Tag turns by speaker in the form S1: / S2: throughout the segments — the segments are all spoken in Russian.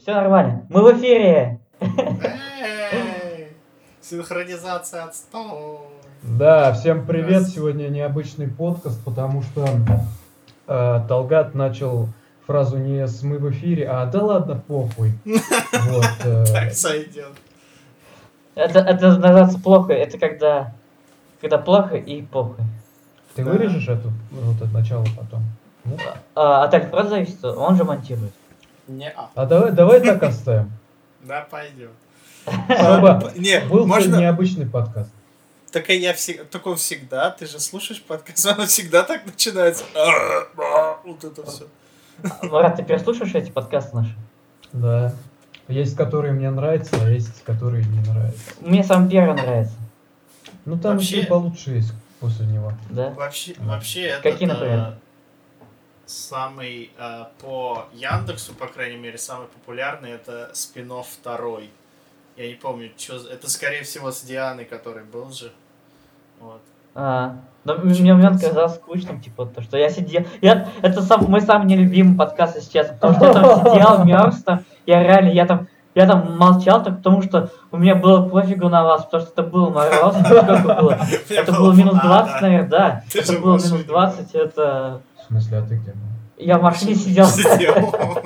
S1: Все нормально. Мы в эфире.
S2: Эй, Синхронизация отстой.
S3: Да, всем привет.
S2: Здравствуйте.
S3: Сегодня необычный подкаст, потому что э, Талгат начал фразу не с мы в эфире, а да ладно, похуй. Вот, э,
S2: Так сойдет.
S1: Это, это называется плохо. Это когда, когда плохо и плохо.
S3: Ты
S2: Да.
S3: вырежешь эту вот это начало потом. да?
S1: А, а так правда зависит, он же монтирует.
S2: Не а.
S3: А давай, давай так оставим.
S2: Да пойдем.
S3: Чтобы
S2: Не,
S3: был сегодня
S2: можно.
S3: необычный подкаст.
S2: Так я всегда. Так он всегда. Ты же слушаешь подкаст, он всегда так начинается. А, Вот это все.
S1: А, Марат, ты переслушаешь эти подкасты наши?
S3: Да. Есть, которые мне нравятся, а есть, которые не нравятся.
S1: Мне сам первый нравится,
S3: Ну там
S2: Вообще-
S3: еще получше есть после него.
S1: да?
S2: Вообще, вообще это.
S1: Какие, например?
S2: Самый э, по Яндексу, по крайней мере, самый популярный это спинов второй. Я не помню, что это скорее всего с Дианой, который был же. Вот.
S1: А, но м- мне, мне он казался скучным, типа, то, что я сидел... Я, это сам, мой самый нелюбимый подкаст, если честно, потому что я там сидел, мерз там, я реально, я там, я там молчал, так потому что у меня было пофигу на вас, потому что это был мороз, сколько было? Это было минус 20, наверное, да.
S2: Ты
S1: Это
S2: же в
S1: было
S2: машине
S1: минус
S2: был.
S1: 20, это...
S3: В смысле, а ты где? был?
S1: Я в машине сидел.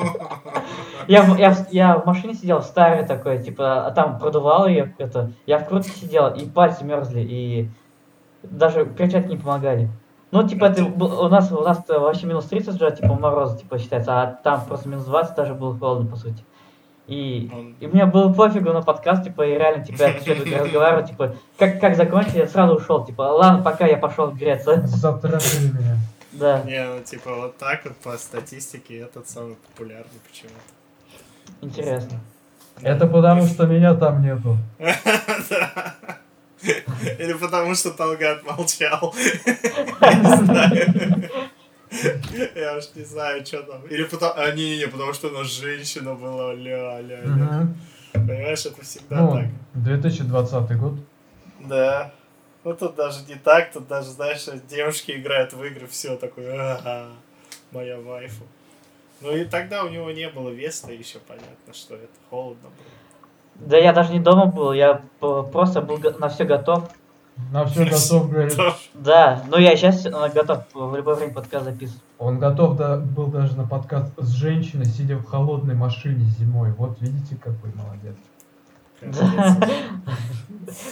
S1: Я, в- я, в- я в машине сидел, в старой такой, типа, а там продувало ее, это, я в крутке сидел, и пальцы мерзли, и даже перчатки не помогали. Ну, типа, это был- у нас у нас вообще минус 30 же, типа, мороза, типа, считается, а там просто минус 20 даже было холодно, по сути. И,
S2: Он-
S1: и мне было пофигу на подкаст, типа, и реально, типа, я после этого разговаривал, типа, как, как закончили, я сразу ушел, типа, ладно, пока я пошел греться,
S3: Затарашили меня.
S1: да.
S2: Не, ну типа вот так вот по статистике этот самый популярный почему-то.
S1: Интересно.
S3: Это потому, что меня там нету.
S2: Да. Или потому что Талгат молчал. Не знаю. Я уж не знаю, что там. Или потому... А, не-не-не, потому что у нас женщина была, ля, ля, ля.
S3: Мгм.
S2: Понимаешь, это всегда
S3: Ну,
S2: так.
S3: 2020 год.
S2: Да. Ну тут даже не так, тут даже, знаешь, девушки играют в игры, все такое, «Ага, моя вайфу. Ну и тогда у него не было веса, еще понятно, что это холодно было.
S1: Да я даже не дома был, я э, просто был го- на все готов.
S3: На все готов, говорит.
S2: Да.
S1: Да, ну я сейчас готов в любое время подкаст записывать.
S3: Он готов да, был даже на подкаст с женщиной, сидя в холодной машине зимой. Вот видите, какой молодец.
S2: Капец.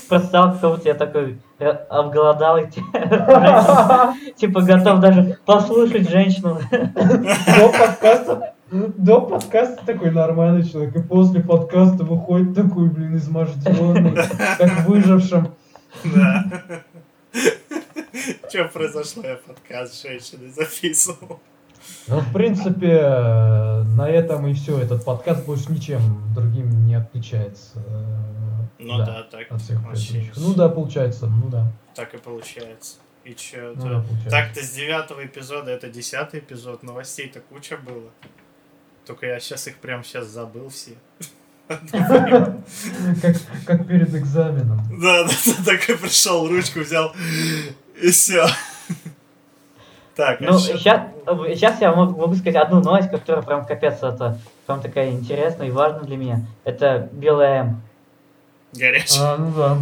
S1: Просто стал какого-то я такой э, обголодалый, типа готов даже послушать женщину.
S3: До подкаста, ну, до подкаста такой нормальный человек. И после подкаста выходит такой, блин, изможденный, как выжившим.
S2: Да. Что произошло, я подкаст с женщиной записывал.
S3: Ну, в принципе, э, на этом и все. Этот подкаст больше ничем другим не отличается. э,
S2: Ну да, так
S3: От всех
S2: вообще.
S3: предыдущих. Ну да, получается, ну да.
S2: Так и получается. И че,
S3: Ну да, получается.
S2: Так-то с девятого эпизода, это десятый эпизод, новостей-то куча было. Только я сейчас их прям сейчас забыл все.
S3: Как, как перед экзаменом.
S2: Да, да, да, такой пришел, ручку взял, и все. Так, а
S1: Ну,
S2: щас-
S1: сейчас, сейчас я мог- могу сказать одну новость, которая прям капец, это прям такая интересная и важная для меня. Это Белая М.
S2: Горячий.
S3: А, ну да.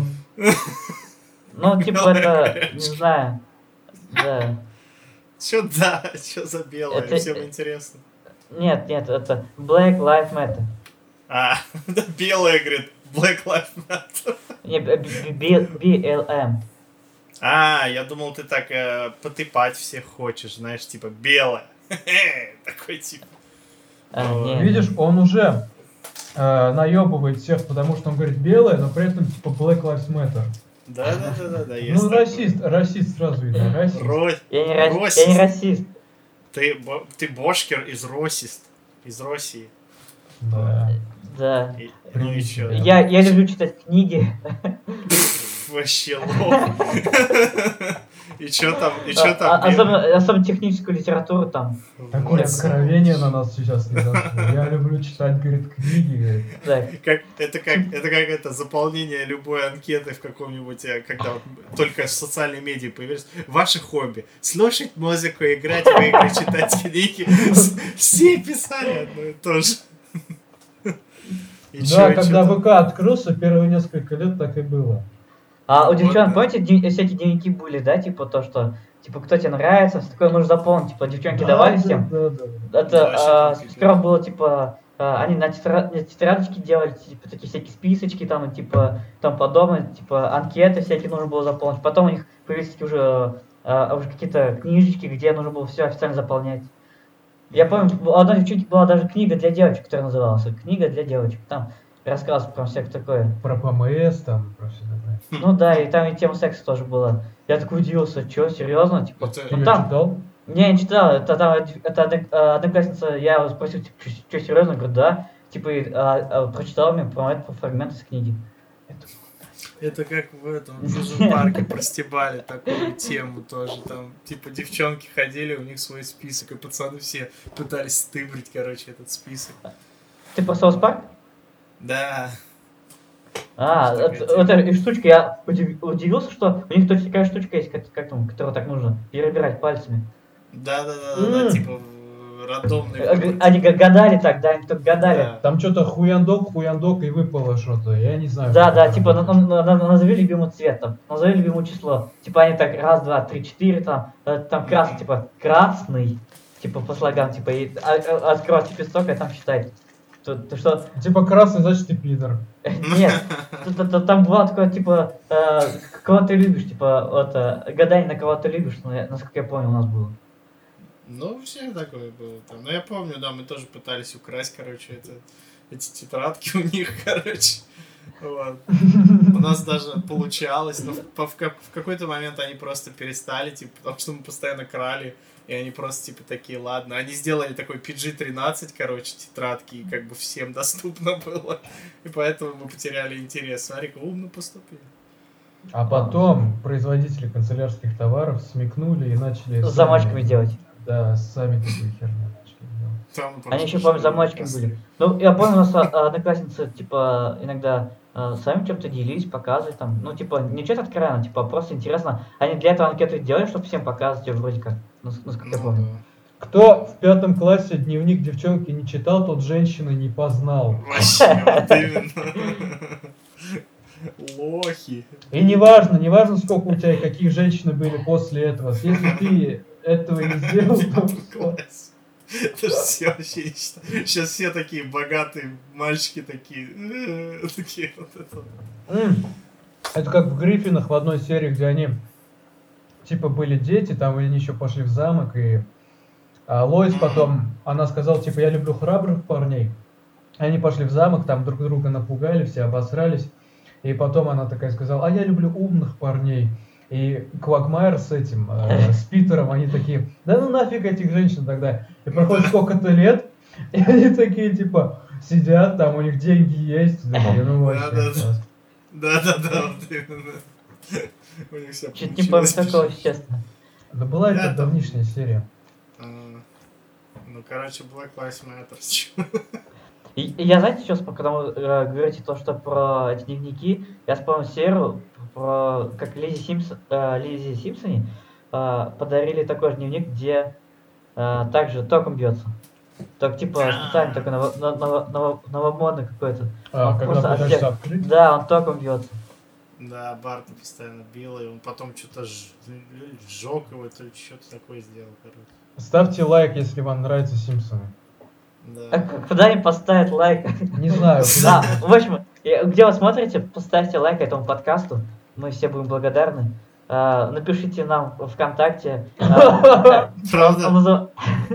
S1: Ну, типа
S2: Белая
S1: это, не
S2: горячка.
S1: знаю, да.
S2: Че да, че за белое,
S1: Это-
S2: всем интересно.
S1: Нет, нет, это Black Lives Matter.
S2: А, да белое, говорит, Black Lives Matter.
S1: Не, б- б- Э, б- BLM.
S2: А, я думал, ты так э, потыпать всех хочешь, знаешь, типа белое. Такой тип.
S1: А,
S2: Ну,
S1: не.
S3: Видишь, он уже э, наебывает всех, потому что он говорит белое, но при этом типа Black Lives Matter.
S2: Да, да, да, да, да. есть
S3: ну,
S2: такое.
S3: расист, расист сразу видно, расист.
S2: Ро-
S1: Я не, ра-
S2: Брось.
S1: я не расист.
S2: Ты, бо- ты бошкер из Росист. Из России.
S3: Да.
S1: Да.
S2: И- ну и чё?
S3: Да.
S1: Я, я люблю читать книги.
S2: Пф, Вообще лох. И чё там? И чё
S1: А-
S2: там?
S1: а- особенно, особенно техническую литературу там.
S2: блин?
S3: Такое
S2: Вот.
S3: откровение на нас сейчас не зашло. Я люблю читать, говорит, книги. говорит.
S1: Да.
S2: Как, это как это как это заполнение любой анкеты в каком-нибудь, э, когда вот только социальные медиа появились. Ваше хобби. Слушать музыку, играть в игры, читать книги. С- Все писали одно и то же. И
S3: Да,
S2: чё, и
S3: когда
S2: чё там?
S3: ВК открылся, первые несколько лет так и было.
S1: А у девчонок,
S2: Вот,
S1: помните, дне- всякие дневники были, да, типа то, что, типа, кто тебе нравится, все такое нужно заполнить, типа, девчонки
S3: Да,
S1: давали
S3: да,
S1: всем.
S3: Да, да.
S1: Это
S2: Да, всякие
S1: а,
S2: такие
S1: сперва было, типа, а, они на тетра- на тетрадочке делали, типа, такие всякие списочки там, и, типа, там подобное, типа, анкеты всякие нужно было заполнить. Потом у них появились такие уже, а, уже какие-то книжечки, где нужно было все официально заполнять. Я помню, у одной девчонки была даже книга для девочек, которая называлась. Книга для девочек. Там рассказ прям всякое такое.
S3: Про ПМС там, про все такое.
S2: Хм.
S1: Ну да, и там и тема секса тоже была. Я такой удивился, чё, серьезно? Типа,
S2: Это-
S1: ну
S3: Её
S1: там,
S3: читал?
S1: не, не читал, это там, од- это одно- а, одноклассница, я его спросил, типа, что серьезно? Говорю, да. Типа, и, а, а, прочитал мне про это фрагмент из книги.
S2: Это как в этом в Южном парке простебали такую тему тоже. Там, типа, девчонки ходили, у них свой список, и пацаны все пытались стыбрить, короче, этот список.
S1: Ты про Саус Парк?
S2: Да.
S1: А,
S2: Что
S1: это,
S2: такое
S1: это и штучка, я удив- удивился, что у них точно такая штучка есть, как, как там, которую так нужно перебирать пальцами.
S2: Да, да, да, да,
S3: М.
S2: типа Ну, в- рандомный.
S1: Э, г-
S2: выбор.
S1: Они г- гадали так, да, они тут гадали.
S2: Да.
S3: Там что-то хуяндок, хуяндок и выпало что-то. Я не знаю.
S1: Да,
S3: как
S1: да,
S3: это
S1: типа на-
S3: работает.
S1: на- на- назови любимый цвет, там, назови любимое число. Типа они так раз, два, три, четыре, там, э, там красный, типа красный, типа по слогам, типа и а- а- открывайте песок, а там считай. То, то что,
S3: Типа красный, значит ты пидор.
S1: нет, то- то- то там было такое, типа, э, кого ты любишь, типа, вот, э, гадай на кого ты любишь, ну, я- насколько я понял, у нас было.
S2: Ну, все такое было там. Но я помню, да, мы тоже пытались украсть, короче, это, эти тетрадки у них, короче. Вот. У нас даже получалось, но в, по- в как- в какой-то момент они просто перестали, типа, потому что мы постоянно крали, и они просто, типа, такие, ладно. Они сделали такой PG-13, короче, тетрадки, и как бы всем доступно было. И поэтому мы потеряли интерес. Смотри, как умно поступили.
S3: А потом производители канцелярских товаров смекнули и начали...
S1: С
S3: сами-
S1: замочками делать.
S3: Да, сами такую херню начали делать.
S2: Там
S1: Они
S2: просто
S1: еще, помню, замочки
S2: просто-
S1: были. Ну, я помню, у нас а, а, одноклассницы, типа, иногда а, сами чем-то делились, показывали там. Ну, типа, не что-то откровенно, типа, просто интересно. Они для этого анкеты делали, чтобы всем показывать, вроде как. Ну, с- насколько я помню.
S2: Ну,
S3: Кто в пятом классе дневник девчонки не читал, тот женщины не познал.
S2: да. Вообще, вот именно. Лохи.
S3: И неважно, неважно, сколько у тебя и какие женщины были после этого. Если ты этого не сделал, то всё.
S2: Класс. Это же все вообще Сейчас все такие богатые мальчики такие. «Э, Такие вот это.
S3: М, Это как в Гриффинах в одной серии, где они типа были дети, там они еще пошли в замок, и а, Лоис потом, она сказала, типа, я люблю храбрых парней. Они пошли в замок, там друг друга напугали, все обосрались. И потом она такая сказала, а я люблю умных парней. И Квагмайер с этим, э, с Питером, они такие, да ну нафиг этих женщин тогда. И проходит сколько-то лет, и они такие, типа, сидят, там у них деньги есть. Такие, ну вообще,
S2: Да-да-да.
S3: класс.
S2: Да-да-да, вот именно. У них все
S1: Чуть не помню
S2: получилось.
S1: такого, честно.
S3: Да была
S2: Да,
S3: это
S2: там-
S3: давнишняя серия.
S2: А, Ну, короче, Black Lives Matter.
S1: И, и я, знаете, сейчас, когда вы э, говорите то, что про эти дневники, я вспомнил серию про как Лизи Симпсон, Лизи Симпсоне э, подарили такой же дневник, где э, также током бьется. Так типа специально такой ново- но- ново- ново- новомодный какой-то.
S3: А,
S1: А,
S3: когда
S1: просто
S3: пытаешься
S1: отдел-
S3: открыть.
S1: Да, он током бьется.
S2: Да, Барта постоянно бил, и он потом что-то ж- сжег его, то ли что-то такое сделал, короче.
S3: Ставьте лайк, если вам нравятся Симпсоны.
S1: А
S2: Да.
S1: к- Куда им поставить лайк?
S3: Не знаю.
S1: Да, в общем, э, где вы смотрите, поставьте лайк этому подкасту. Мы все будем благодарны. А, Напишите нам в ВКонтакте. а,
S2: Правда?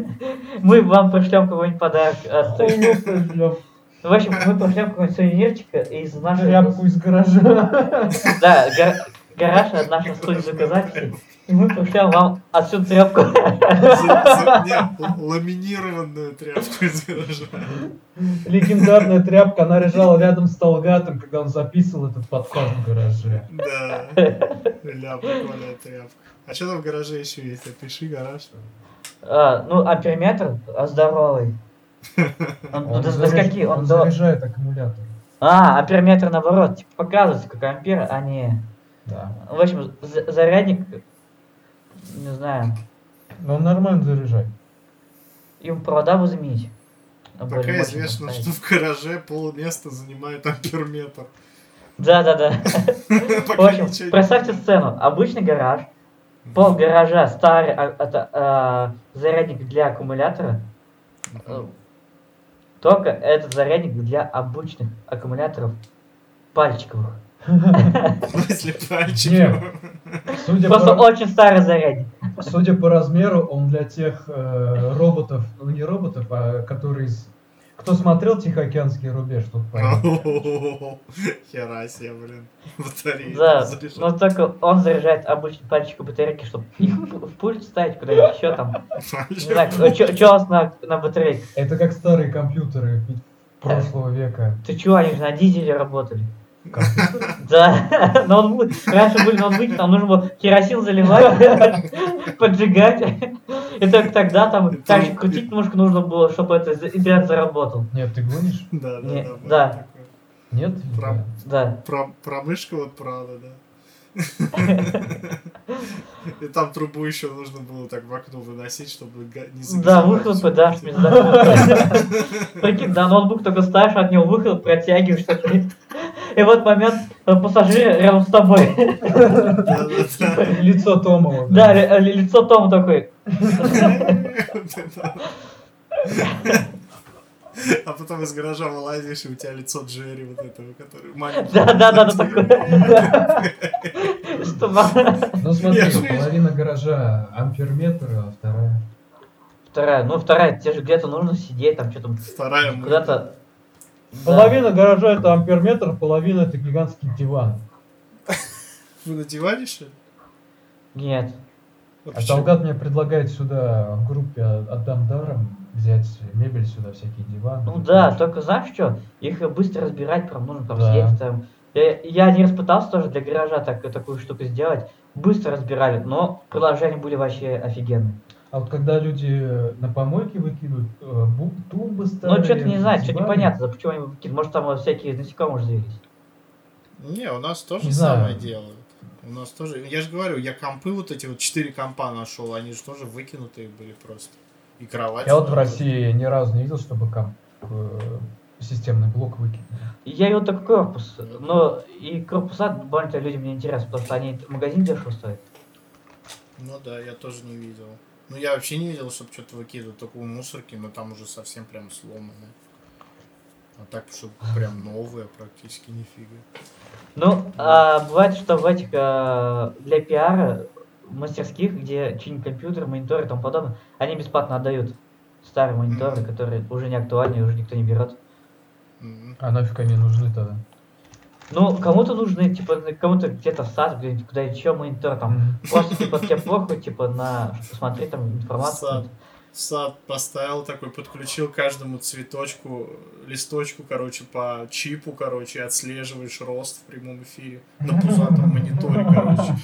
S1: Мы вам пришлем какой-нибудь подарок. от-
S3: хуйню сожрём.
S1: В общем, мы пришлем какой-нибудь сувенирчик из нашей...
S3: Тряпку из гаража.
S1: Да, гар- гараж от нашей студии звукозаписи. И мы пришлем вам отсюда тряпку.
S2: За- за- не, л- Ламинированную тряпку из гаража.
S3: Легендарная тряпка, она лежала рядом с Толгатом, когда он записывал этот подкаст в гараже.
S2: Да. Ля, прикольная тряпка. А что там в гараже еще есть? Опиши гараж.
S1: А, Ну, а периметр а, здоровый. Он, ну, до, до
S3: заряж-
S1: скольки? Он
S3: он
S1: до...
S3: заряжает аккумулятор.
S1: А, амперметр наоборот, типа показывает, сколько ампер, а не...
S3: Да.
S1: В общем, за- зарядник, не знаю,
S3: Но он нормально заряжает.
S1: им провода бы заменить.
S2: Пока известно, что в гараже полместа занимает амперметр.
S1: Да-да-да. В
S2: Пока ничего
S1: общем,
S2: не-
S1: представьте сцену. Обычный гараж, пол гаража, старый а, это, а, зарядник для аккумулятора. Э, Только этот зарядник для обычных аккумуляторов пальчиковых.
S2: В смысле, пальчик?
S3: Судя
S1: Просто
S3: по,
S1: очень старый зарядник.
S3: судя по размеру, он для тех э, роботов, ну не роботов, а которые... с- Кто смотрел «Тихоокеанский рубеж», тут понятно.
S2: Хера себе, блин. Батарея.
S1: Да, ну,
S2: заряжает.
S1: но только он заряжает обычный пальчик батарейки, чтобы их в пульт ставить куда-нибудь еще там. Не знаю, что у вас на, на батарейках?
S3: Это как старые компьютеры прошлого века.
S1: Ты чего, они же на дизеле работали. Да, ноутбук. Раньше были ноутбуки, там нужно было керосин заливать, поджигать. И только тогда там так же крутить немножко нужно было, чтобы это за- интернет заработал.
S3: Нет, ты гонишь?
S2: Да, да,
S1: Не,
S2: да. было
S1: да.
S2: такое.
S3: Нет?
S2: Прав.
S1: Да.
S2: Про- Промышка вот правда, да. И там трубу еще нужно было так в окно выносить, чтобы га- не
S1: Да, выхлопы дашь, пизда. Прикинь, да, ноутбук только ставишь, от него выхлоп протягиваешь. такой. И вот момент э, пассажир рядом с тобой.
S2: Да, да, да.
S3: Лицо Томова.
S1: Да, ли- э, лицо Тома такое.
S2: А потом из гаража вылазишь, и у тебя лицо Джерри вот этого, который маленький.
S1: Да-да-да, такое. Что на-
S3: Ну смотри,
S2: Я же-
S3: половина гаража амперметр, а вторая...
S1: Вторая, ну вторая, тебе же где-то нужно сидеть, там что-то
S2: Вторая мы-
S1: куда-то. Да.
S3: Половина гаража это амперметр, половина это гигантский диван.
S2: Вы на диване, что ли?
S1: Нет.
S2: Вот
S3: А
S2: почему?
S3: Талгат мне предлагает сюда в группе а, отдам даром взять мебель сюда, всякие диваны.
S1: Ну да, только знаешь что? Их быстро разбирать, прям нужно прям
S3: Да.
S1: съесть там. Я, я один раз пытался тоже для гаража так, такую штуку сделать. Быстро разбирали, но приложения были вообще офигенные.
S3: А вот когда люди на помойке выкидывают э, бу- тумбы старые...
S1: Но что-то не знаю, что-то
S3: диваны,
S1: непонятно, за почему они выкинули. Может там э, всякие насекомые же завелись.
S2: Не, у нас тоже
S3: Не
S2: самое
S3: знаю.
S2: делают. У нас тоже. Я же говорю, я компы вот эти вот четыре компа нашел, они же тоже выкинутые были просто. И кровать.
S3: Я вот в
S2: тоже.
S3: России ни разу не видел, чтобы комп- э, системный блок выкинули.
S1: И Я его только корпус, но и корпуса больно людям не интересно, потому что они магазин дешево стоят.
S2: Ну да, я тоже не видел. Ну я вообще не видел, чтобы что-то выкидывать, только у мусорки, но там уже совсем прям сломано. А так, чтобы прям новое практически нифига.
S1: Ну, а бывает, что в этих а, для пиара мастерских, где чинят компьютер, мониторы и тому подобное, они бесплатно отдают старые мониторы,
S2: Мгм.
S1: которые уже не актуальны, и уже никто не берет.
S2: Мгм.
S3: А нафиг они нужны тогда?
S1: Ну, кому-то нужны, типа, кому-то где-то в сад, где-нибудь куда-нибудь еще монитор, там,
S3: Мгм.
S1: просто, типа, тебе плохо, типа, на, чтобы посмотреть там
S2: Сад.
S1: информацию.
S2: Сад поставил такой, подключил каждому цветочку, листочку, короче, по чипу, короче, и отслеживаешь рост в прямом эфире на пузатом мониторе, короче.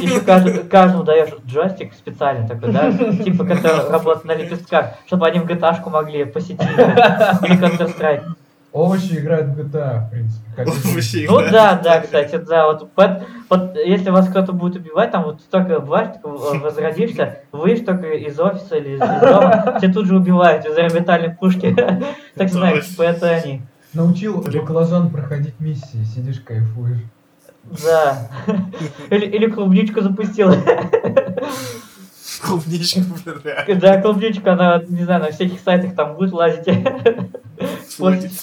S1: Еще кажд- каждому даешь джойстик специальный такой, да, типа, который работает на лепестках, чтобы они в gta могли посетить или Counter-Strike.
S3: Овощи играют в GTA, в принципе. как и
S2: Овощи.
S1: Ну
S2: Да.
S1: да, да, кстати, да, вот, под- вот если вас кто-то будет убивать, там вот только бываешь, только, э, возродишься, выйдешь только из офиса или из, из дома, тебя тут же убивают из орбитальной пушки. Так знаешь, типа, это они.
S3: Научил
S2: Блин.
S3: баклажан проходить миссии, сидишь, кайфуешь.
S1: Да. Или, или клубничку запустила.
S2: Клубничка, блин, реально.
S1: Да, клубничка, она, не знаю, на всяких сайтах там будет лазить.
S2: Флоти-
S1: Флотить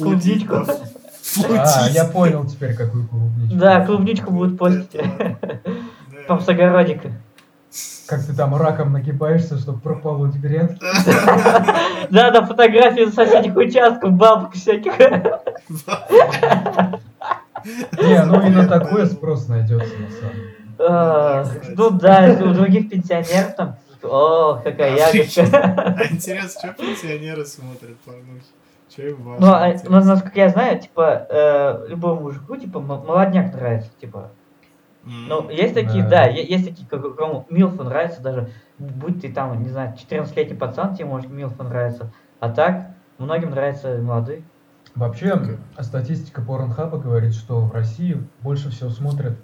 S1: клубничку.
S2: да. Флотить.
S3: А, я понял теперь, какую клубничку.
S1: Да, клубничку будут постить.
S2: Это да. Да.
S1: Там с огородика.
S3: Как ты там раком нагибаешься, чтобы прополоть грядки.
S1: Да, да, фотографии соседних участков, бабок всяких.
S3: Не, ну и на такое спрос найдется, на самом деле.
S1: А, Ну да, если у других пенсионеров там. О, какая ягодка.
S2: А интересно, что пенсионеры смотрят порнухи? Че им важно?
S1: Ну, а,
S2: интересно?
S1: ну, насколько я знаю, типа, э, любому мужику, типа, м- молодняк нравится, типа.
S2: М.
S1: Ну, есть такие,
S3: Да.
S1: да, е- есть такие, как- кому Милфу нравится даже, будь ты там, не знаю, 14-летний пацан, тебе может Милфу нравится. А так, многим нравятся молодые.
S3: Вообще, а статистика Порнхаба говорит, что в России больше всего смотрят,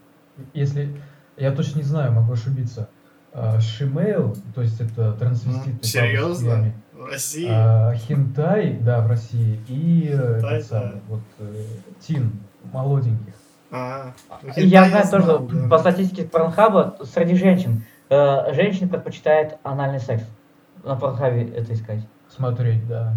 S3: если, я точно не знаю, могу ошибиться, э, шимейл, то а, есть это трансвеститы.
S2: Ну, серьезно?
S3: бабы с ями.
S2: В России.
S3: А, хентай, да, в России, и э,
S2: Хентай,
S3: этот самый,
S2: да.
S3: вот э, Тин, молоденьких.
S2: А, ну,
S1: Я
S2: Китай
S1: знаю тоже,
S2: знал, да.
S1: по статистике Порнхаба, среди женщин, э, женщины предпочитают анальный секс. На Порнхабе это искать.
S3: Смотреть, да.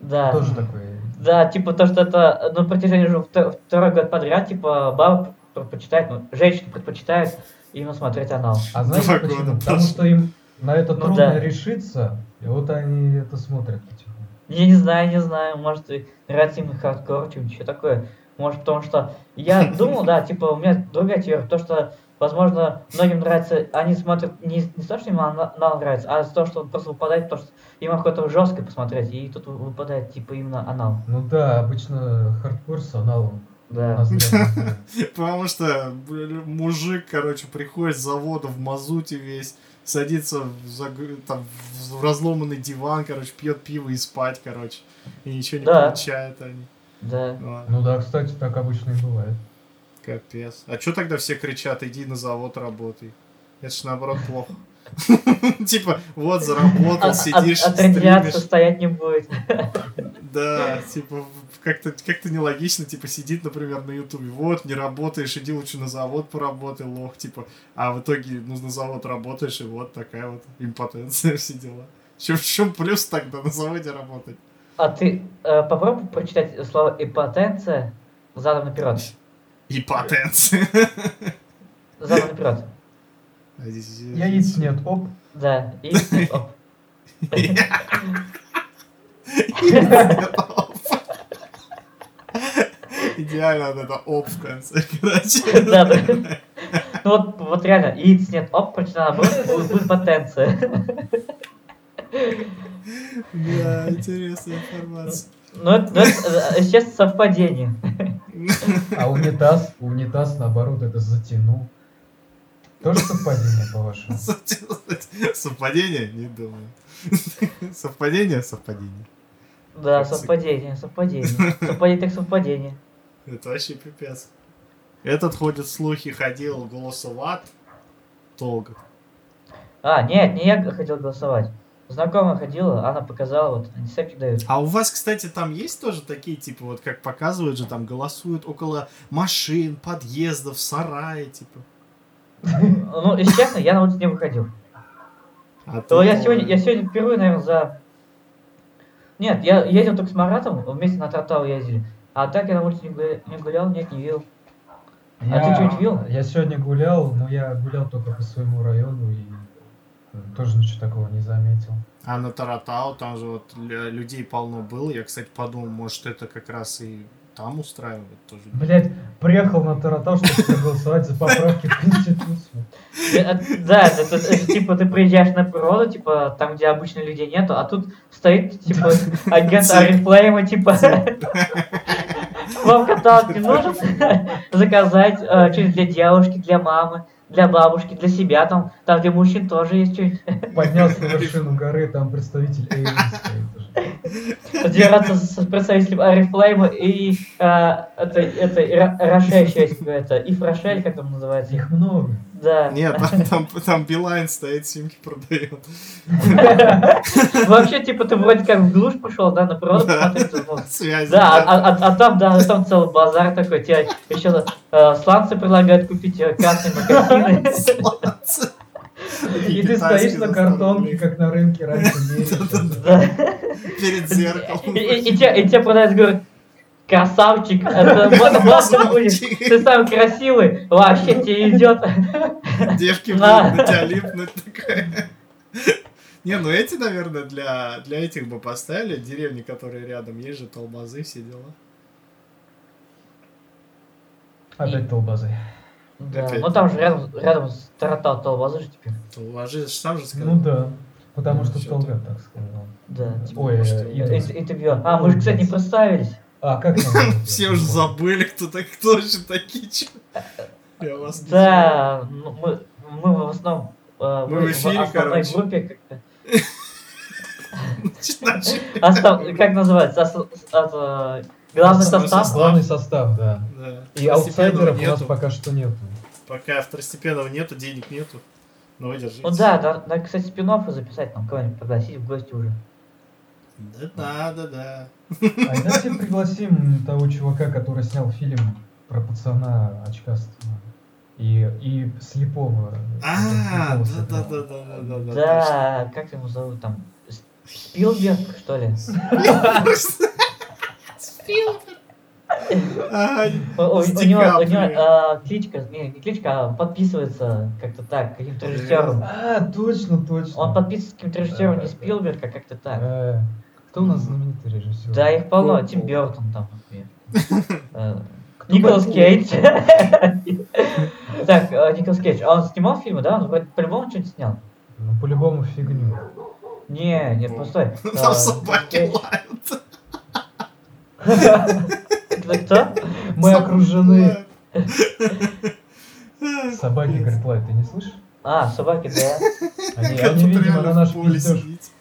S1: Да.
S3: Тоже такое.
S1: Да, типа то, что это на протяжении уже вто- второй год подряд, типа, баба предпочитает, ну, женщина предпочитает именно смотреть анал.
S3: А знаете
S2: Два
S3: почему?
S2: года
S3: Потому
S2: прошло.
S3: что им на это
S1: Ну
S3: трудно
S1: да.
S3: решиться, и вот они это смотрят потихоньку.
S1: Я не знаю, не знаю, может, и нравится им хардкор, чем еще такое. Может, потому что я думал, да, типа, у меня другая теория, то, что, возможно, многим нравится, они смотрят не, не то, что им ана- анал нравится, а то, что он просто выпадает, потому что им охота жестко посмотреть, и тут выпадает, типа, именно анал.
S3: Ну да, обычно хардкор с аналом. у
S1: Да.
S3: нас прям,
S2: Потому что блин, мужик, короче, приходит с завода в мазуте весь, садится в, заг- там, в разломанный диван, короче, пьет пиво и спать, короче. И ничего не
S1: Да.
S2: получает они.
S1: Да.
S2: Ну,
S3: Ну да, кстати, так обычно и бывает.
S2: Капец. А чё тогда все кричат, иди на завод работай? Это ж наоборот плохо. Типа, вот,
S1: А-
S2: заработал,
S1: от-
S2: сидишь,
S1: от радиации
S2: стримишь.
S1: стоять не будет.
S2: Да, типа, как-то как-то нелогично, типа, сидит, например, на Ютубе, вот, не работаешь, иди лучше на завод поработай, лох, типа, а в итоге, ну, на завод работаешь, и вот такая вот импотенция, все дела. Чё- В чем плюс тогда на заводе работать?
S1: А ты э, попробуй прочитать слово импотенция задом наперед.
S2: Импотенция.
S1: Задом наперед.
S3: Яиц нет, оп.
S1: Да. И... оп.
S2: Идеально вот это оп в конце, короче.
S1: Да, да. Ну вот, вот реально, яиц нет, оп, прочитала, будет, будет- будет потенция.
S2: Да, интересная информация.
S1: Ну это, ну, это, э, естественно, совпадение.
S3: А унитаз, унитаз наоборот, это затянул. Тоже совпадение, по-вашему?
S2: Совпадение? Не думаю. Совпадение? Совпадение.
S1: Да,
S2: Как цы-
S1: совпадение, совпадение. Совпадение так совпадение.
S2: Это вообще пипец. Этот ходит слухи, ходил голосоват. Толго.
S1: А, нет, не я хотел голосовать. Знакомая ходила, она показала, вот, антисептик дают.
S2: А у вас, кстати, там есть тоже такие, типа, вот как показывают же, там голосуют около машин, подъездов, сарая, типа.
S1: Ну, если честно, я на улицу не выходил.
S2: А
S1: То
S2: ты,
S1: я
S2: ну,
S1: сегодня, я сегодня впервые, наверное, за... Нет, я ездил только с Маратом, вместе на Тартау ездили. А так я на улице не гуля- не гулял, нет, не видел. А ты чё, удивил?
S3: Я сегодня гулял, но я гулял только по своему району и м, тоже ничего такого не заметил.
S2: А на Таратау там же вот лю- людей полно было. Я, кстати, подумал, может, это как раз и там устраивают тоже.
S3: Блять, приехал на Таратау, чтобы голосовать за поправки в Конституцию.
S1: Э, э, Да, это, это- это типа ты приезжаешь на природу, типа там, где обычно людей нету, а тут стоит типа агент
S2: Цирк.
S1: Арифлейма, типа... Вам каталог не нужен? Заказать э, что-нибудь для девушки, для мамы, для бабушки, для себя там, там где мужчин тоже есть что-нибудь.
S3: Поднялся на вершину горы, там представитель Эйвен стоит уже.
S1: Разбираться с с представителем Арифлейма и а, это, это Ра- Рошель, что есть какая-то. Ив Рошель, как там называется. их?
S3: Их много.
S1: Да.
S2: Нет, там, там, там Билайн стоит, симки продает.
S1: Вообще, типа, ты вроде как в глушь пошел, да, на природу
S2: Да.
S1: посмотреть. ну,
S2: Связи.
S1: Да, а, а- а- а там, да, там целый базар такой, тебе еще э, сланцы предлагают купить, э, красные магазины.
S2: Сланцы.
S3: а, И ты
S2: китайские
S3: стоишь на
S2: за
S3: картонке,
S2: 100
S3: как на рынке раньше меряешь.
S1: Да.
S2: рублей перед
S1: И- И и
S2: зеркалом.
S1: те- и тебе продавец говорит, красавчик, это вот- вот ты будешь, ты самый красивый, вообще тебе идет.
S2: Девки будут
S3: а.
S1: Да.
S2: на тебя липнуть такая. Не, ну эти, наверное, для, для этих бы поставили, деревни, которые рядом, есть же толмазы, все дела.
S3: Опять толбазы.
S1: Да,
S2: Опять.
S1: ну там же рядом, рядом с Таратал Талбазы же теперь.
S2: Толмазы, сам же сказал.
S3: Ну да. Потому
S2: Ну,
S3: что
S2: всё
S3: Толга так ну. сказал.
S1: Да.
S3: Ой,
S2: может,
S3: э,
S2: и-
S1: Э,
S3: Ида.
S1: э, Интервью. А, мы же, кстати, не представились.
S3: А, как там?
S2: Все уже забыли, кто так, кто же такие, чё. Я вас не знаю.
S1: Да, ну, мы, мы в основном э,
S2: Мы в эфире,
S1: основной
S2: короче.
S1: группе как-то.
S2: Начали.
S1: Остав- как называется? Ос- от, э, главный
S2: Основной
S1: состав.
S2: состав.
S3: Главный состав, да.
S2: Да.
S3: И
S2: Второстепенного
S3: аутсайдеров у нас
S2: нету.
S3: пока что нету.
S2: Пока второстепенного нету, Ну, денег нету. Но вы держитесь.
S1: Ну да, да, надо, кстати, спин записать нам кого-нибудь пригласить в гости уже.
S2: Да, да, да, да.
S3: А давайте пригласим того чувака, который снял фильм про пацана очкастого и, и слепого.
S2: А, да, да,
S3: Слепого сыграл.
S2: да, да, да, да, да.
S1: Да, как его зовут там? С- Спилберг, что ли?
S2: А,
S1: У, у- у
S2: С Ди
S1: него, у
S2: Каприо.
S1: него, а, кличка, не, не кличка, а подписывается как-то так, каким-то режиссером.
S3: А, точно, точно.
S1: Он подписывается каким-то режиссером, не
S3: Да, да, да.
S1: Спилберг, а как-то так.
S3: Э, Кто у нас знаменитый режиссер?
S1: Да, их полно.
S3: Кто-
S1: Тим Бертон там, например. Э,
S3: Кто
S1: Николас
S3: такой?
S1: Кейдж. Так, э, Николас Кейдж. А он снимал фильмы, да? Он вроде по-любому что-нибудь снял?
S3: Ну, по-любому фигню.
S1: Не, нет, постой.
S2: Ну, Там
S1: Э,
S2: собаки
S1: Николас
S2: лают.
S1: Кейдж. э, Кто?
S3: Мы окружены.
S2: Лают.
S3: Собаки, говорит, лай, ты не слышишь?
S1: А, собаки, да.
S3: Они,
S2: Как
S3: они
S2: тут
S3: видимо,
S2: реально
S3: на
S2: в
S3: наш
S2: поле
S3: пиздеж.
S2: сидеть.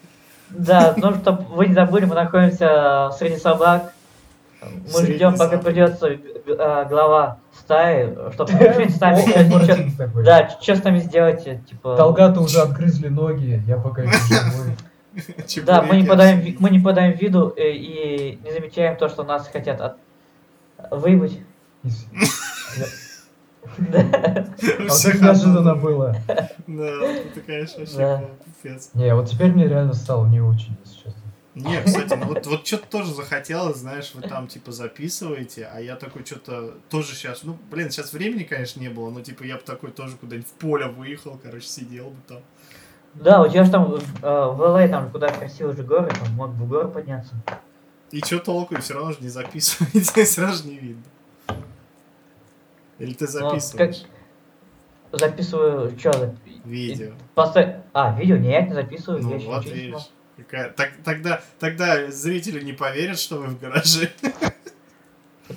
S1: Да, ну чтобы вы не забыли, мы находимся э, среди собак. Мы
S2: Среди
S1: ждем, пока
S2: собак.
S1: придется э, глава стаи, чтобы решить с нами,
S3: О,
S1: что- чё-
S3: оборотень такой.
S1: да, что с нами сделать, э, типа.
S3: Толгата уже отгрызли ноги, я пока еще живой.
S1: Да, мы не
S2: Чебуреки
S1: подаем, ви-
S2: обсудить.
S1: мы не подаем виду э, и не замечаем то, что нас хотят от... выбыть.
S3: И
S2: Ну
S3: с-
S1: Да.
S3: А
S2: У
S3: вот
S2: всех
S3: это неожиданно
S2: одно.
S3: было.
S2: Да, вот это, конечно, вообще
S1: Да.
S2: было пипец.
S3: Не, вот теперь мне реально стало не очень, если честно.
S2: Не, кстати, ну вот, вот что-то тоже захотелось, знаешь, вы там типа записываете, а я такой что-то тоже сейчас, ну, блин, сейчас времени, конечно, не было, но типа я бы такой тоже куда-нибудь в поле выехал, короче, сидел бы там.
S1: Да, у тебя же там э, в ЛА там куда красивые же горы, там мог бы в горы подняться.
S2: И что толку, и все равно же не записываете, сразу же не видно. Или ты
S1: Ну,
S2: записываешь
S1: как- Записываю, что?
S2: видео.
S1: Поставь... А, видео? Нет, не записываю. я
S2: Ну
S1: ещё
S2: вот
S1: ничего не
S2: видишь.
S1: снимал.
S2: Какая- так- тогда, тогда зрители не поверят, что вы в гараже.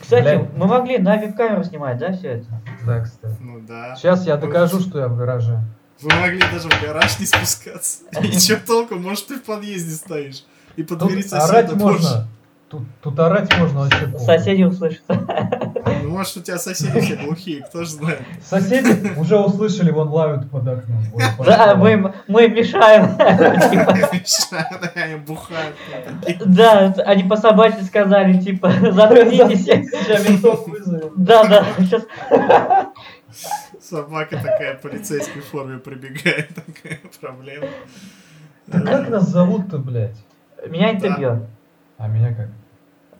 S1: Кстати,
S3: Бля.
S1: мы могли на веб-камеру снимать, да, все это?
S3: Да, кстати.
S2: Ну да.
S3: Сейчас я докажу, что я в гараже.
S2: Вы могли даже в гараж не спускаться. И чё толку? Может, ты в подъезде стоишь. И по
S3: Тут
S2: двери
S3: орать
S2: соседа тоже.
S3: можно. Тут, тут орать можно вообще. похуй.
S1: Соседи услышат.
S2: Ну, может, у тебя соседи все глухие, кто ж знает.
S3: Соседи уже услышали, вон лают под окном. Ой,
S1: Да, а
S3: пошла.
S1: мы им- мы им мешаем. Типа,
S2: Мешают, Они бухают.
S1: Да, они по собачьи сказали, типа, заткнитесь.
S3: Сейчас ментов вызовем.
S1: Да, да, сейчас.
S2: Собака такая в полицейской форме прибегает. Такая проблема. Э,
S3: Так А Как нас зовут-то, блядь?
S1: Меня интервью.
S3: А меня как?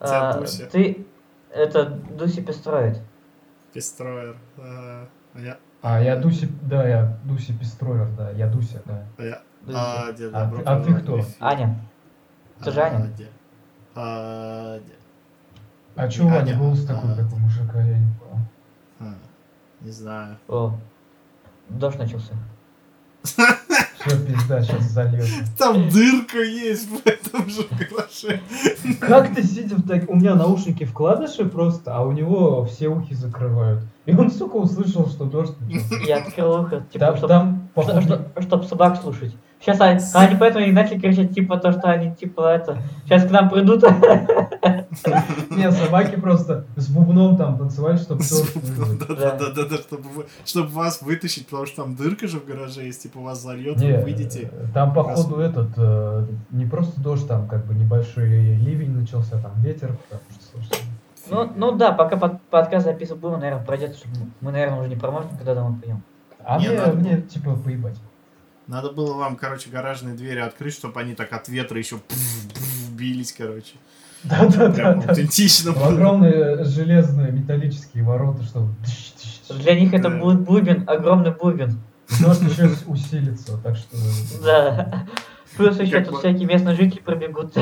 S2: Тебя
S1: А,
S2: Дуся.
S1: Ты это Дуси пестроит.
S2: Пестроер. А, а я-
S3: А, я Дуси, да, я Дуси Пестроер, да, я Дуся, да.
S2: а я-
S1: Дуся.
S2: а, где
S3: А
S2: добро
S3: ты- а ты
S2: пожаловать
S3: кто?
S2: в эфир.
S1: Аня. Ты же Аня?
S2: А, где? А, где?
S3: А чё у вас
S2: Аня,
S3: голос
S2: а,
S3: такой, как у мужика, я не понял.
S2: А, Не знаю.
S1: О, дождь начался.
S3: Все, пизда, сейчас зальёт.
S2: Там дырка есть в этом же гараже.
S3: Как ты сидя в так... У меня наушники вкладыши просто, а у него все ухи закрывают. И он, сука, услышал, что дождь начался.
S1: Я открыл ухо, типа,
S3: Там,
S1: чтобы
S3: там,
S1: Что-
S3: походу...
S1: что- Чтоб собак слушать. Сейчас они, они поэтому и начали кричать, типа, то, что они, типа, это, сейчас к нам придут.
S3: Не, собаки просто с бубном там танцевали, чтобы дождь вызвать.
S2: Да-да-да, чтобы чтобы вас вытащить, потому что там дырка же в гараже есть, типа вас зальет,
S3: Не,
S2: вы выйдете.
S3: э, Там, походу, этот, э, не просто дождь, там как бы небольшой ливень начался, там ветер, потому что слышно.
S1: Ну, ну да, пока под, подкаст записывал будем, наверное, пройдет, чтобы мы, наверное, уже не поможем, когда домой пойдем.
S3: А
S2: Не, ну
S3: мне,
S2: надо.
S3: мне, типа, поебать.
S2: Надо было вам, короче, гаражные двери открыть, чтобы они так от ветра еще бились, короче. Прям
S3: Да-да-да.
S2: аутентично
S3: В
S2: было.
S3: Огромные железные металлические ворота, чтобы...
S1: Для них это
S2: Да.
S1: будет бубен, огромный бубен.
S3: Дождь еще усилится, так что...
S1: Да. Плюс еще
S2: Как
S1: тут
S2: бы-
S1: всякие местные жители пробегут.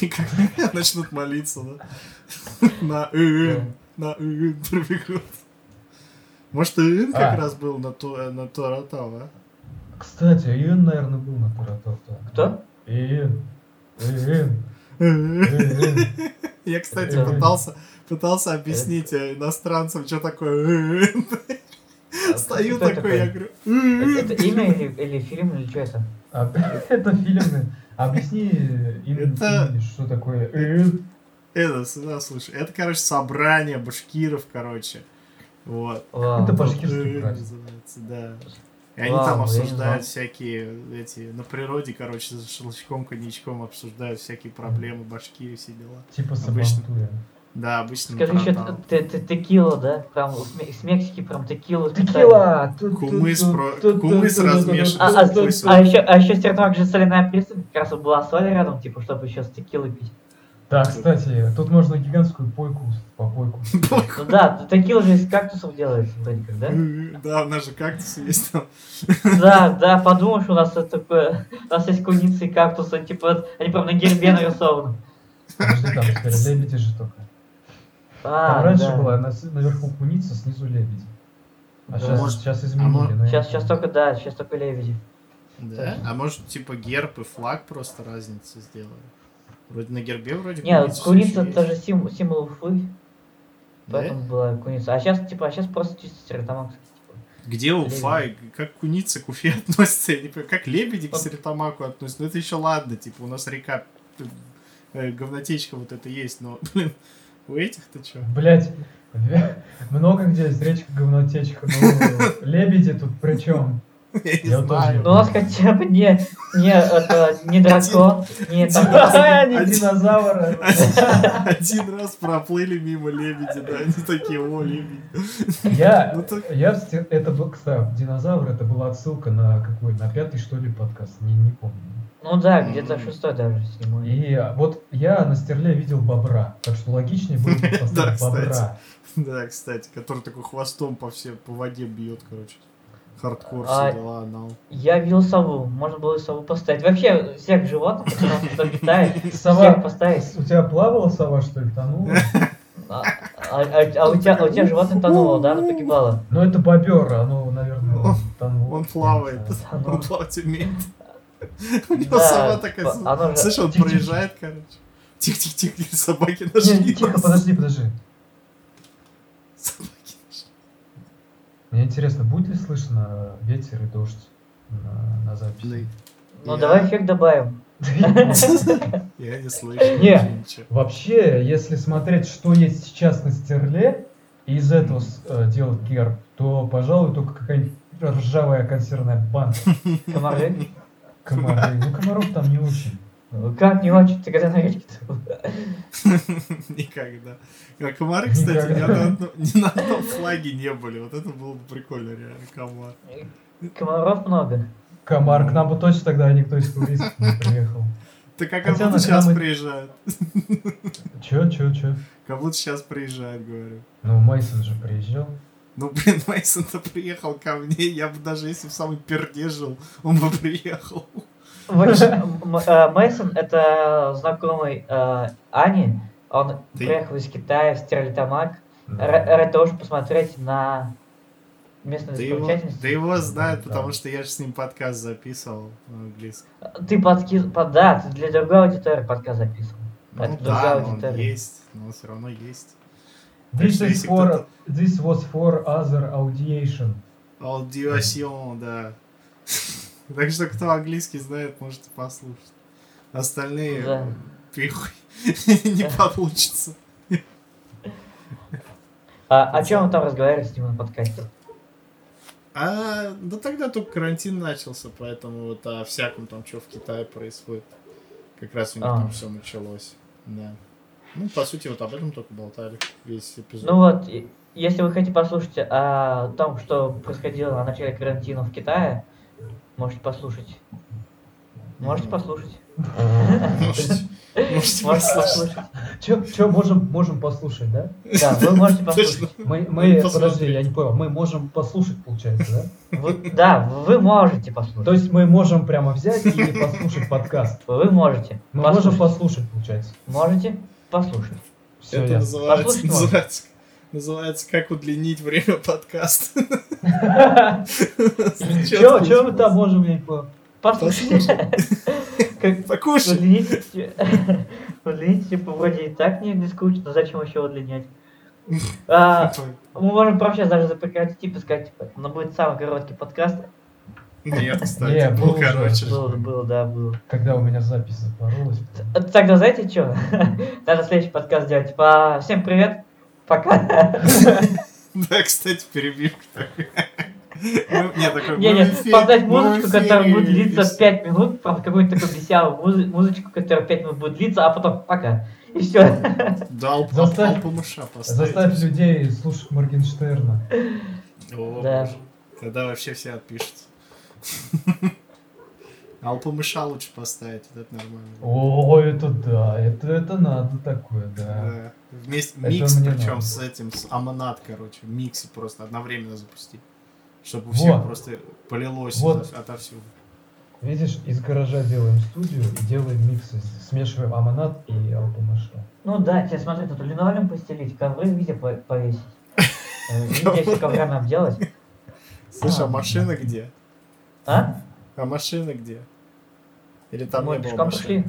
S2: И как Начнут молиться, да? На ын, на ын пробегут. Может, ын как
S3: А.
S2: раз был на то на Торатау, а?
S3: Кстати, Иэн, наверное, был на Таратов.
S1: Кто?
S3: Иэн. Иэн.
S2: Ын.
S3: Иэн.
S2: Я, кстати,
S3: Да.
S2: пытался, пытался объяснить э, иностранцам, что такое. «Ы-ы-ы». Стою
S1: Кто
S2: такой,
S1: такой?
S2: я говорю, «М-м-м». «Ы-ы-ы».
S1: Это имя или, или фильм, или что это?
S3: А, Это фильм. Объясни, Иэн,
S2: Это-
S3: Иэн, что такое Иэн.
S2: это, сюда, слушай, это, короче, собрание башкиров, короче. Вот.
S1: Вау.
S3: Это
S2: Вот,
S3: башкирский
S2: «Ы-ы»
S3: праздник.
S2: называется, да. И они
S1: Ладно,
S2: там
S1: я не
S2: обсуждают
S1: знал.
S2: всякие эти... На природе, короче, за шелчком, коньячком обсуждают всякие проблемы, башки и все дела.
S3: Типа
S2: Обычно.
S3: Сабантуя.
S2: Да, обычно
S1: Скажи
S2: про
S1: еще
S2: там.
S1: т- т- текила, да? Прям с Ме- с Мексики прям текила.
S3: Текила!
S2: Кумыс про- кумыс размешан
S1: А, а,
S2: с
S1: а,
S2: Всё.
S1: еще, а еще Стернок же соляная песня, как раз была соль рядом, типа, чтобы еще с текилой пить.
S3: Да, кстати, тут можно гигантскую пойку, попойку.
S1: Ну да, т- текила же из кактусов делается вроде как, да?
S2: М-м-м, Да, у нас же кактус есть там.
S1: Да, да, подумаешь, у нас это такое, у нас есть куницы и кактусы, типа, они прям на гербе нарисованы.
S3: Подожди, там теперь лебеди же только. Там
S1: А,
S3: раньше
S1: да.
S3: была на- наверху куница, снизу лебеди. А
S1: Да.
S3: сейчас,
S2: Может, а
S3: сейчас
S2: может,
S3: изменили. но я
S1: Сейчас,
S3: не
S1: сейчас
S3: знаю.
S1: только, да, сейчас только лебеди.
S2: Да? А может, типа герб и флаг просто разницу сделали? Вроде на гербе вроде
S1: Нет,
S2: всё
S1: куница
S2: ещё
S1: это же
S2: есть.
S1: сим- символ Уфы,
S2: Да?
S1: поэтому была куница. А сейчас, типа, а сейчас просто чисто Стерлитамакский, типа.
S2: Где Уфа? и Как куница к Уфе относится? Я не понимаю. Как лебеди к Саритамаку относятся? Ну это еще ладно, типа у нас река э, говнотечка вот это есть, но, блин, у этих-то что?
S3: Блять, много где есть речка говнотечка, но лебеди тут при чем?
S2: Я не
S3: Я тоже
S2: знаю.
S1: Ну, у нас хотя бы не, не, это, не дракон, не там...
S3: Они динозавры.
S2: Один раз проплыли мимо лебеди, да, они такие, о, лебедь.
S3: Я,
S2: Ну, так-
S3: я, в стен- это был, кстати, динозавр, это была отсылка на какой, на пятый, что ли, подкаст, не, не помню.
S1: Ну да, где-то
S2: Мгм.
S1: шестой даже снимали.
S3: И вот я на стерле видел бобра, так что логичнее было бы
S2: Да,
S3: поставить
S2: кстати.
S3: бобра.
S2: Да, кстати, который такой хвостом по всем, по воде бьет, короче. Хардкор,
S1: А-
S2: все дела, анал.
S1: Я видел сову, можно было и сову поставить. Вообще, всех животных, которые нас сюда питают,
S3: Сова.
S1: всех поставить.
S3: У тебя плавала сова, что ли, ну, тонула?
S1: А, а- а- а у тебя, а у тебя животное тонуло, да, оно погибало?
S3: Ну это бобер, оно, наверное,
S2: Он-
S3: тонуло.
S2: Он плавает,
S1: Анал.
S2: он плавать умеет. У него
S1: Да,
S2: сова такая,
S1: по- оно же-
S2: слышь, он
S3: тихо, тихо.
S2: проезжает, короче. Тихо-тихо-тихо, собаки
S3: Не,
S2: нашли
S3: Тихо,
S2: нас.
S3: подожди, подожди.
S2: Собаки нашли.
S3: Мне интересно, будет ли слышно ветер и дождь на, на записи?
S1: Ну
S2: Я-
S1: давай эффект добавим.
S2: Я не слышу
S1: Не.
S2: вообще ничего.
S3: Вообще, если смотреть, что есть сейчас на стерле, и из этого с- э, делать герб, то, пожалуй, только какая-нибудь ржавая консервная банка.
S1: Комары.
S3: Комары. Ну, комаров там не очень.
S1: Ну, Как не очень, ты когда на речке-то был?
S2: Никогда. А комары, кстати, ни
S3: Никогда.
S2: на одном- ни на одном флаге не были. Вот это было бы прикольно, реально, комар.
S1: Комаров много.
S3: Комар, к нам бы точно тогда никто из туристов не приехал.
S2: Так а как
S3: Хотя
S2: будто
S3: на
S2: сейчас
S3: храмы-
S2: приезжают.
S3: Чё, чё, чё?
S2: Как будто сейчас приезжают, говорю.
S3: Ну, Майсон же приезжал.
S2: Ну, блин, Мейсон-то приехал ко мне, я бы даже если в самый перде жил, он бы приехал.
S1: э, Мейсон это знакомый э, Ани. Он
S2: Ты-
S1: приехал из Китая в Стерлитамак.
S3: Да.
S1: Р- Ради того, чтобы посмотреть на местную
S2: Да его, да
S1: достопримечательность.
S2: его знают,
S3: Да.
S2: потому что я же с ним подкаст записывал на английском.
S1: Ты подки... под- Да, ты для другой аудитории подкаст записывал.
S2: Ну
S1: Это
S2: да,
S1: другая
S2: но он
S1: аудитория.
S2: есть, но он все равно есть.
S3: This,
S2: Конечно,
S3: is
S2: если
S3: for,
S2: кто-то-
S3: this was for other audiation.
S2: Аудиосион, да. Так что кто английский знает, можете послушать. Остальные
S1: Ну Да.
S2: пихуй, не получится.
S1: А, о чем вы там разговаривали с ним на подкасте?
S2: А, да тогда только карантин начался, поэтому вот о всяком там, что в Китае происходит. Как раз у них
S1: А.
S2: там все началось. Да. Ну, по сути, вот об этом только болтали весь эпизод.
S1: Ну вот, и- если вы хотите послушать о том, что происходило на начале карантина в Китае, можете послушать. Можете
S2: Мгм.
S1: послушать.
S2: Можете, можете
S1: Можете
S2: послушать.
S1: послушать.
S3: Чё, чё можем, можем послушать, да?
S1: Да, вы можете
S2: Точно.
S1: послушать.
S3: Мы, мы
S2: Посмотреть.
S3: подожди, я не понял, мы можем послушать, получается,
S1: Вы- да, вы можете
S3: да? То
S1: послушать.
S3: есть мы можем прямо взять и послушать подкаст.
S1: Вы можете.
S3: Мы можем
S1: послушать.
S3: послушать, получается.
S1: Можете послушать.
S3: Все,
S2: Это называется,
S1: Послушать можно.
S2: называется, называется «Как удлинить время подкаста».
S3: Чё, чё мы там можем, я не понял.
S1: Послушайте. Как-
S2: Покушай.
S1: Удлините, удлините, типа, вроде и так не, не скучно, зачем еще удлинять? А, мы можем вообще даже запрекратить, типа, сказать, типа, но будет самый короткий подкаст.
S2: Нет,
S3: Не,
S2: кстати,
S3: было
S2: был
S3: уже,
S2: короче.
S1: Было, было, да, было.
S3: Когда у меня запись запоролась. потом.
S1: А Тогда знаете что? Надо следующий подкаст делать. Типа, всем привет, пока.
S2: Да, кстати, перебивка такая. Ну, Нет, такой,
S1: Не,
S2: мы в
S1: не,
S2: эфире,
S1: поставь
S2: мы в
S1: музычку,
S2: эфире,
S1: которая будет
S2: и
S1: длиться
S2: всё.
S1: 5 минут, правда, какую-то такую бесявую музы- музычку, которая 5 минут будет длиться, а потом пока. И все.
S2: Да, алп- алп-
S3: Заставь-
S2: алпамыша поставить.
S3: Заставь людей слушать Моргенштерна.
S2: О,
S1: Да.
S2: боже. Тогда вообще все отпишутся. Алпамыша лучше поставить, вот это нормально.
S3: О, это да, это, это надо такое, да.
S2: Да. Э, Вместе
S3: Это
S2: микс,
S3: мне
S2: причем
S3: надо.
S2: с этим, с Аманат, короче, микс просто одновременно запустить. Чтобы у всех
S3: Вот.
S2: просто полилось
S3: Вот.
S2: ото- отовсюду.
S3: Видишь, из гаража делаем студию и делаем миксы. Смешиваем аманат и алпамаша.
S1: Ну да, тебе смотри, тут линолеум постелить, ковры везде по- повесить. Э, Везде все коврами обделать.
S2: Слушай, а
S3: А.
S2: машина где?
S1: А?
S2: А машина где? Или там
S1: Мы
S2: не было
S1: пешком пошли.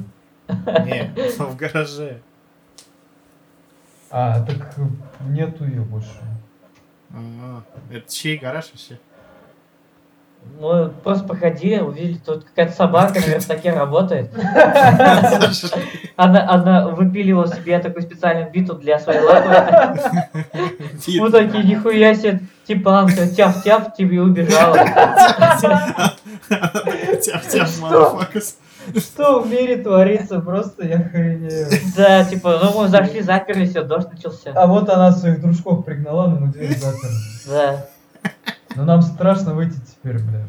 S2: машины? Не, в гараже.
S3: А, так э, нету ее больше.
S2: А, Это чей гараж вообще?
S1: Мы Ну, просто проходили, увидели, тут какая-то собака на верстаке работает.
S2: Слушай,
S1: Она, она выпилила себе такую специальную биту для своей лапы. Мы такие, нихуя себе, типа, тяп-тяп, тебе и убежала.
S2: Тяп-тяп, мадафакас.
S3: Что в мире творится, просто я хренею.
S1: Да, типа, ну мы зашли, заперли, все, дождь начался.
S3: А вот она своих дружков пригнала, но мы дверь заперли.
S1: Да.
S3: Но нам страшно выйти теперь, блин.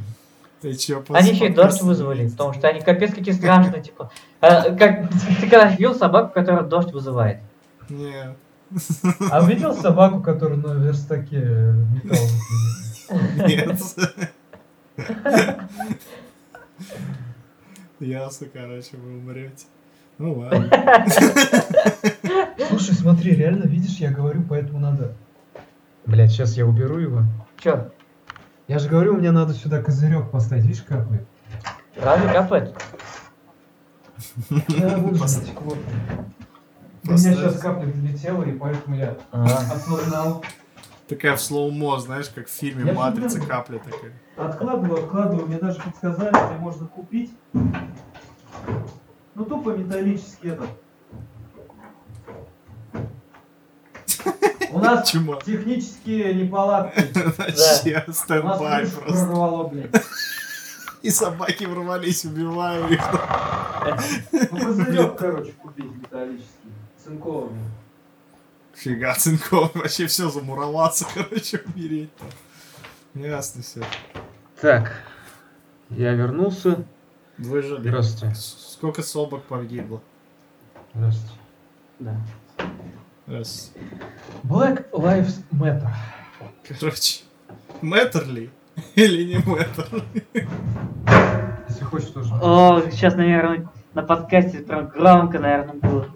S2: Ты чё,
S1: Они еще и дождь
S2: подкаст?
S1: вызвали, потому что они капец какие страшные, типа. А, как ты когда видел собаку, которая дождь вызывает?
S2: Не,
S3: А видел собаку, которая на верстаке э, металл выпилила?
S2: нет. Ясно, короче, вы умрете. Ну ладно.
S3: Слушай, смотри, реально, видишь, я говорю, поэтому надо... Блять, сейчас я уберу его.
S1: Че,
S3: Я же говорю, мне надо сюда козырек поставить, видишь, капает?
S1: разве капает?
S3: Да, вот же
S2: Пос-
S3: стекло. У меня
S2: Поставь.
S3: сейчас капля долетела, и поэтому я
S1: А,
S3: отложил.
S2: Такая в слоумо, знаешь, как в фильме
S3: Я
S2: «Матрица»
S3: люблю.
S2: капля такая.
S3: Откладываю, откладываю, мне даже подсказали, где можно купить. Ну тупо металлический этот. У нас
S2: Чума.
S3: технические неполадки.
S2: Вообще,
S3: У нас
S2: стендбай
S3: крышу
S2: просто.
S3: прорвало, блин.
S2: И собаки ворвались, убиваю их.
S3: Ну козырек, короче, купить металлический. Цинковый.
S2: Фига, Цинков, вообще все замуроваться, короче, умереть. Ясно все.
S4: Так, я вернулся.
S2: Выжили.
S4: Здравствуйте.
S2: С- Сколько собак погибло?
S4: Здравствуйте.
S1: да.
S2: Раз.
S3: Black Lives Matter.
S2: Короче, Мэттерли или не Мэттерли?
S3: Если хочешь, тоже.
S4: А,
S1: О, сейчас, наверное, на подкасте прям громко, наверное, было.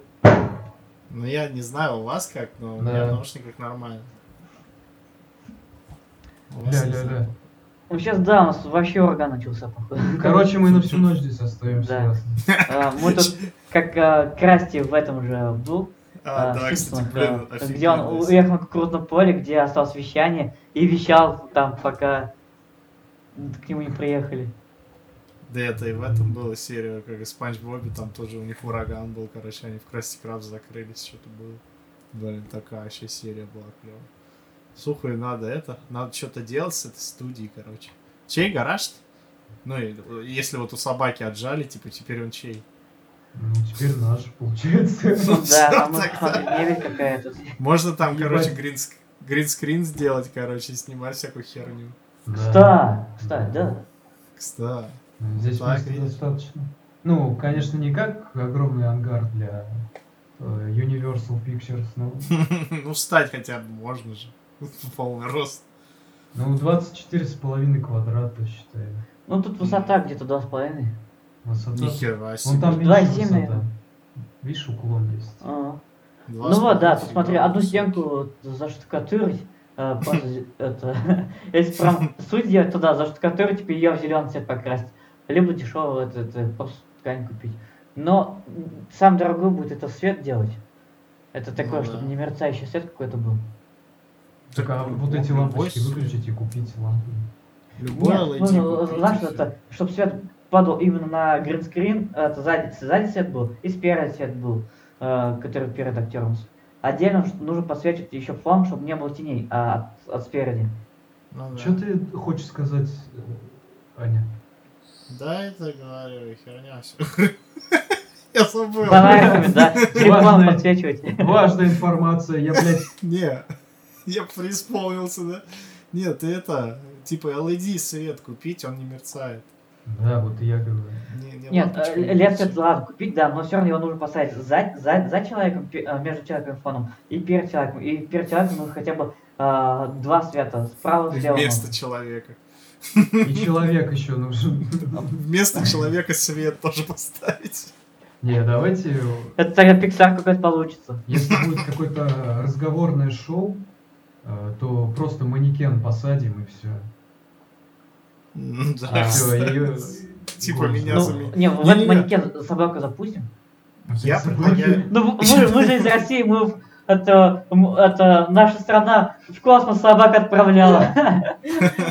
S2: Ну, я не знаю, у вас как, но у
S4: Да.
S2: меня в наушниках нормально. У вас не
S3: Ля-ля-ля.
S2: знаю.
S1: Ну сейчас да, у нас вообще ураган начался, походу.
S3: Короче, мы на всю ночь здесь остаемся.
S1: Да.
S3: ясно.
S1: А, мы тут как а, Красти в этом же был,
S2: А,
S1: а,
S2: да,
S1: в
S2: кстати,
S1: Симпсонах,
S2: блин,
S1: а, где он
S2: офигенно.
S1: уехал на кукурузном поле, где осталось вещание, и вещал там, пока к нему не приехали.
S2: Да это и в этом была серия, как и Спанч Бобби, там тоже у них ураган был, короче, они в Красти Крабс закрылись, что-то было. Блин, такая вообще серия была клевая. Слухай, надо это, надо что-то делать с этой студией, короче. Чей гараж -то? Ну, и, э, если вот у собаки отжали, типа, теперь он чей?
S3: Ну, теперь наш, получается.
S2: Ну,
S1: Да,
S2: всё
S1: там вот,
S2: тогда.
S1: смотри, мебель какая тут.
S2: Можно там, короче,
S3: Ебать.
S2: гринск- гринскрин сделать, короче, и снимать всякую херню.
S1: Кстати, кстати, да.
S2: Кстати.
S3: Ну, Здесь
S2: Так,
S3: места
S2: видишь.
S3: достаточно. Ну, конечно, не как огромный ангар для э, Universal Pictures, но
S2: Ну, встать хотя бы можно же. В Полный рост.
S3: ну, 24,5 квадрата, считаю.
S1: Ну тут высота где-то 2,5.
S3: Высота.
S2: Нихера
S3: Вон
S2: себе.
S3: там
S1: Два
S3: видишь
S1: семь,
S3: высота.
S1: наверное.
S3: Видишь, уклон есть.
S1: А.
S2: Два с
S1: Ну вот, да,
S2: половиной
S1: тут смотри,
S2: фига.
S1: одну стенку э, заштукатурить, а, просто зе- это, если прям судья туда заштукатурить, типа ее в зеленый цвет покрасить, либо дешевую вот эту просто ткань купить. Но м, сам дорогой будет это свет делать. Это такое,
S2: Ну да.
S1: чтобы не мерцающий свет какой-то был.
S3: Так, а вот эти
S2: любой
S3: лампочки
S2: с-
S3: выключить и купить лампы.
S2: Любой
S1: Нет,
S2: LED
S1: нужно,
S2: купить,
S1: знаешь,
S2: и всё.
S1: это, чтобы свет падал именно на гринскрин, э, это сзади, сзади свет был и спереди свет был, э, который перед актером. Отдельно ш- нужно подсвечивать еще фон, чтобы не было теней а, от, от спереди.
S2: Ну да.
S3: Что ты хочешь сказать, э, Аня?
S2: Да, это говорю, херня все. Я забыл.
S1: Фонариками, да. Рекламу
S3: Важная-
S1: подсвечивать.
S3: Важная информация, я, блядь,
S2: Не, я преисполнился, да? Нет, ты это, типа LED свет купить, он не мерцает.
S3: Да, вот и я говорю.
S2: Не- не
S1: Нет,
S2: лампочка
S1: э,
S2: не
S1: лес это
S2: мерцает.
S1: ладно купить, да, но все равно его нужно поставить за, за, за человеком, пе- э, между человеком и фоном, и перед человеком. И перед человеком нужно хотя бы э, два света, справа, слева.
S2: Вместо человека.
S3: И человек еще нужен.
S2: Вместо человека свет тоже поставить.
S3: Не, давайте,
S1: Это тогда Pixar какой-то получится.
S3: если будет какое-то разговорное шоу, э, то просто манекен посадим и все.
S2: М, Ну да,
S3: А, всё,
S2: кстати.
S3: её-
S2: Типа меня
S1: Ну,
S2: заменили.
S1: не, в
S2: Не-не-не.
S1: этот манекен собаку запустим.
S2: Я предлагаю...
S1: Ну, мы, мы же из России, мы в- это, м- это наша страна в космос собак отправляла.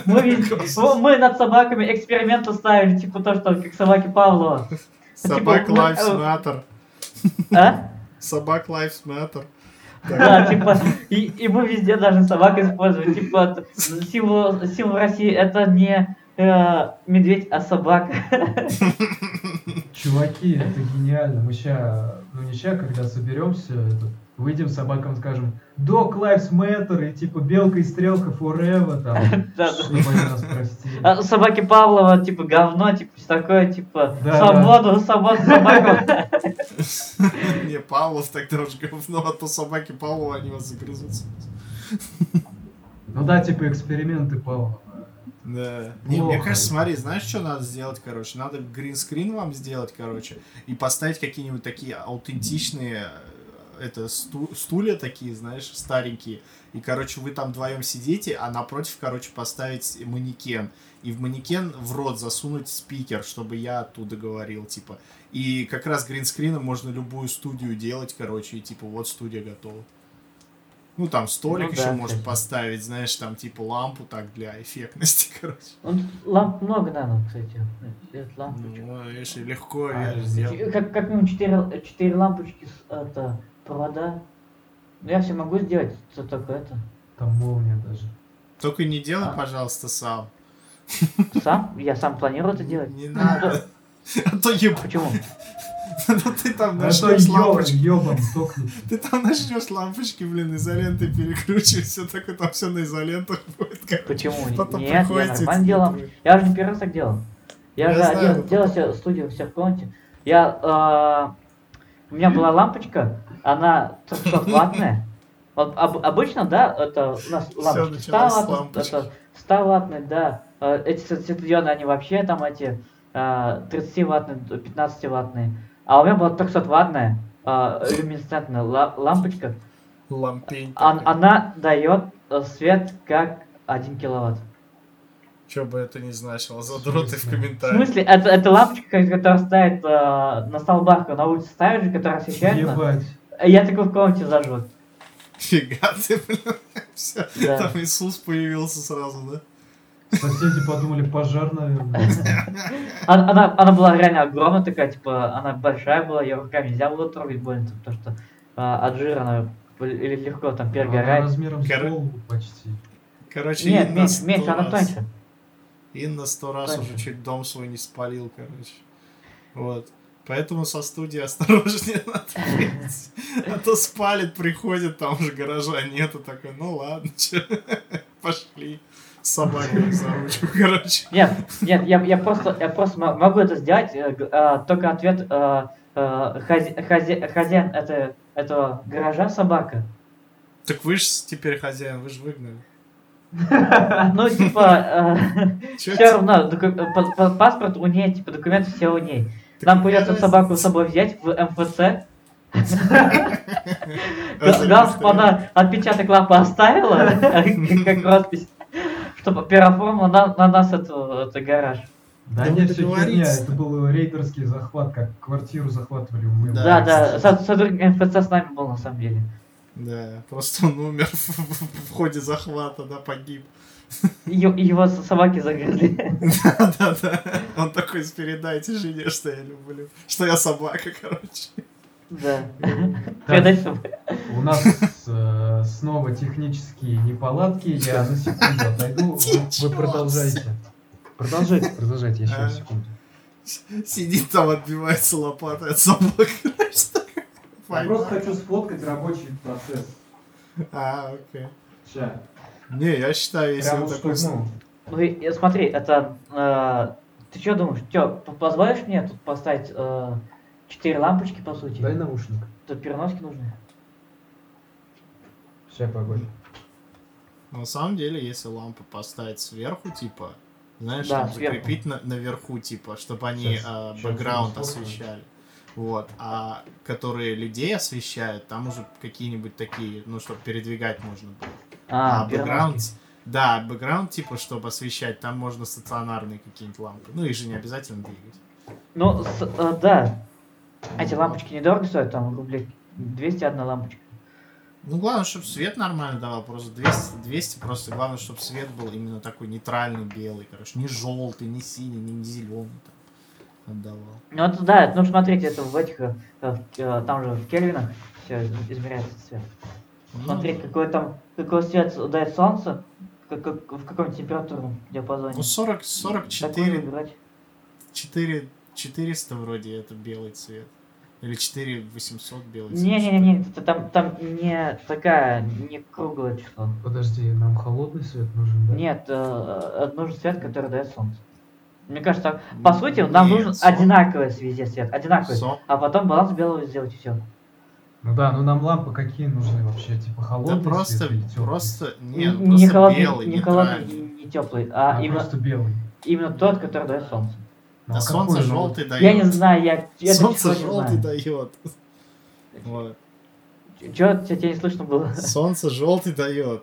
S1: Мы, ведь- мы над собаками эксперименты ставили, типа то, что как собаки Павлова.
S2: Собак
S1: Типа, мы-
S2: Lives Matter.
S1: А?
S2: Собак Lives Matter.
S1: Да, типа, и, и мы везде даже собак используем. Типа, от- символ, символ России это не э, медведь, а собака.
S3: Чуваки, это гениально. Мы ща, ну не ща, когда соберемся, это, выйдем собакам, скажем, Dog Lives Matter и типа Белка и Стрелка Forever там,
S1: Да, да.
S3: чтобы они нас простили.
S1: А собаки Павлова, типа, говно, типа, всё такое, типа,
S3: Да,
S1: свободу, свободу, собаку.
S2: Не, Павлов тогда уж говно, а то собаки Павлова, они вас загрызутся.
S3: Ну да, типа эксперименты, Павла.
S2: Да. Не, мне
S3: Плохо.
S2: кажется, смотри, знаешь, что надо сделать, короче? Надо гринскрин вам сделать, короче, и поставить какие-нибудь такие аутентичные э, это сту- стулья такие, знаешь, старенькие. И, короче, вы там вдвоем сидите, а напротив, короче, поставить манекен. И в манекен в рот засунуть спикер, чтобы я оттуда говорил, типа. И как раз гринскрином можно любую студию делать, короче, и типа вот студия готова. Ну, там столик
S1: Ну
S2: еще
S1: да,
S2: можно
S1: кстати.
S2: поставить, знаешь, там типа лампу так для эффектности, короче.
S1: Ну, тут Ламп много надо, кстати. Э, лампочек.
S2: Ну, видишь, и легко,
S3: А,
S2: видишь, сделал.
S1: Как, как минимум 4, лампочки, с- это, провода. Ну, я все могу сделать, что только это.
S3: Там молния даже.
S2: Только не делай,
S1: А.
S2: пожалуйста, сам.
S1: Сам, я сам планирую это делать.
S2: Не надо. А то еб...
S1: Почему?
S2: Ну ты там
S3: А то
S2: нажмешь
S3: ёбан,
S2: лампочки.
S3: ёбан, токнет.
S2: Ты там нажмешь лампочки, блин, изоленты перекручивай, все так и там все на изолентах будет. как-
S1: Почему?
S2: Потом
S1: Нет, я
S2: приходите,
S1: нормально делал.
S2: думаете,
S1: Я уже не первый раз так делал. Я,
S2: Я
S1: же
S2: знаю,
S1: один
S2: но
S1: делал себе студию в Серпонте. Я, а, у меня была лампочка, она трехсотваттная. Вот об- обычно, да, это у нас лампочки
S2: началось с
S1: 100 ватт,
S2: лампочки.
S1: это 100 ваттные, да. Э, Эти светодиоды, они вообще там эти а, 30 ваттные, 15 ваттные. А у меня была 300 ваттная люминесцентная ла- лампочка.
S2: Лампень.
S1: Он- она дает э, свет как 1 киловатт.
S2: Что бы это ни значило, задроты в
S3: смысле?
S1: В
S2: комментариях.
S1: смысле, это, это лампочка, которая стоит э, на столбах, на улице ставят же, которая освещает. нас.
S3: Ебать.
S1: А Я такой в комнате зажег.
S2: Фига ты, блин. Все.
S1: Да.
S2: Там Иисус появился сразу, да?
S3: Соседи подумали, пожар, наверное.
S1: Она, она, она была реально огромная такая, типа, она большая была, ее руками нельзя было трогать больно, потому что э, от жира она бл- или легко там
S3: Она
S1: перегорает.
S3: размером с
S2: Кор-
S3: голову почти.
S2: Короче,
S1: Нет,
S2: Инна
S1: меньше,
S2: сто
S1: меньше, она
S2: раз-
S1: тоньше.
S2: Инна сто раз
S1: Тоньше.
S2: уже чуть дом свой не спалил, короче. Вот. Поэтому со студии осторожнее надо петь. А то спалит, приходит, там уже гаража нету. Такой, ну ладно, чё. Пошли. Собаку за ручку, короче.
S1: Нет, нет, я, я просто, я просто мо- могу это сделать, э, г- э, только ответ э, э, хазе- хазе- хозяин это, этого гаража собака.
S2: Так вы же теперь хозяин, вы же выгнали.
S1: Ну, типа, э,
S2: Чё
S1: Все
S2: ты-
S1: равно, доку- э, па- па- паспорт у ней, типа документы все у ней.
S2: Так
S1: Нам
S2: мне
S1: придется
S2: кажется,
S1: собаку с собой взять в МФЦ.
S2: это
S1: Г- Галстук
S2: просто-
S1: она отпечаток лапы оставила, как как роспись, чтобы переоформила на на нас эту- это гараж.
S3: Да
S2: Да
S3: не,
S2: вы
S3: все херня,
S2: договоритесь.
S3: это был рейдерский захват, как квартиру захватывали мы.
S1: Да,
S2: Да,
S1: да, со- сотрудник МФЦ с нами был на самом деле.
S2: Да, просто он умер в- в в ходе захвата, да, погиб.
S1: Е- Его с- собаки загрызли.
S2: Да-да-да. Он такой, передайте жене, что я люблю. Что я собака, короче.
S1: Да.
S3: Так,
S1: Передать собаке.
S3: у нас э, э, снова технические неполадки. Я на секунду отойду. Ну, Вы, вы продолжайте.
S4: Продолжайте, продолжайте, я
S2: А.
S4: сейчас секунду.
S2: Сидит там, отбивается лопатой от собак.
S3: Я А просто хочу сфоткать рабочий процесс.
S2: А, окей.
S3: Сейчас.
S2: Не, я считаю, если
S3: Прямо
S2: вот
S3: что,
S2: такой...
S3: ну,
S1: Ну и и смотри, это... э, ты что думаешь? Тё, п- позволишь мне тут поставить э, четыре лампочки, по сути?
S4: Дай наушник.
S1: Тут переноски нужны.
S3: сейчас погодь.
S2: На самом деле, если лампу поставить сверху, типа, знаешь,
S1: Да,
S2: там
S1: сверху.
S2: закрепить на- наверху, типа, чтобы они
S3: Щас,
S2: а,
S3: щас
S2: бэкграунд
S3: мы сфоткаем.
S2: освещали. Вот, а которые людей освещают, там уже какие-нибудь такие, ну, чтобы передвигать можно было. А, бэкграунд, да, бэкграунд, типа, чтобы освещать, там можно стационарные какие-нибудь лампы. Ну, их же не обязательно двигать.
S1: Ну, с- э, да. Эти
S2: Вот.
S1: лампочки недорого стоят, там рублей 200 одна лампочка.
S2: Ну, главное, чтобы свет нормально давал, просто 200, 200 просто главное, чтобы свет был именно такой нейтральный белый, короче, не желтый, не синий, не зеленый там отдавал.
S1: Ну, это да, ну, смотрите, это в этих... э, э, в- э, там же в кельвинах все измеряется цвет.
S2: Ну,
S1: Смотреть, какой там, какой свет дает солнце, как, как- в каком температурном диапазоне.
S2: Ну, 40,
S1: Такой
S2: 44,
S1: выбирать.
S2: 4, 400 вроде это белый цвет. Или 4800 белый цвет.
S1: Не-не-не, это там, там не такая, не круглое число.
S4: Подожди, нам холодный свет нужен, да?
S1: Нет, э, нужен свет, который дает солнце. Мне кажется, так-
S2: что-то.
S1: по сути, нам
S2: Нет,
S1: нужен
S2: сон-
S1: одинаковый везде свет, одинаковый.
S2: сон-
S1: А потом баланс белого сделать и все.
S3: Ну да, ну нам лампы какие нужны вообще? Типа
S2: Да
S3: холодный
S2: просто,
S3: свет или тёплый?
S2: просто, не, ну,
S1: не
S2: просто
S1: холодный,
S2: белый,
S1: не, холодный,
S2: нейтральный.
S1: не теплый, а,
S3: А,
S1: именно,
S3: просто белый.
S1: именно тот, который дает солнце.
S3: Ну,
S2: Да
S3: а
S2: солнце
S3: какой же он?
S2: желтый дает.
S1: Я не знаю, я это
S2: Солнце
S1: число не
S2: желтый
S1: знаю.
S2: дает. Вот.
S1: Чё тебя, тебя не слышно было?
S2: Солнце желтый дает.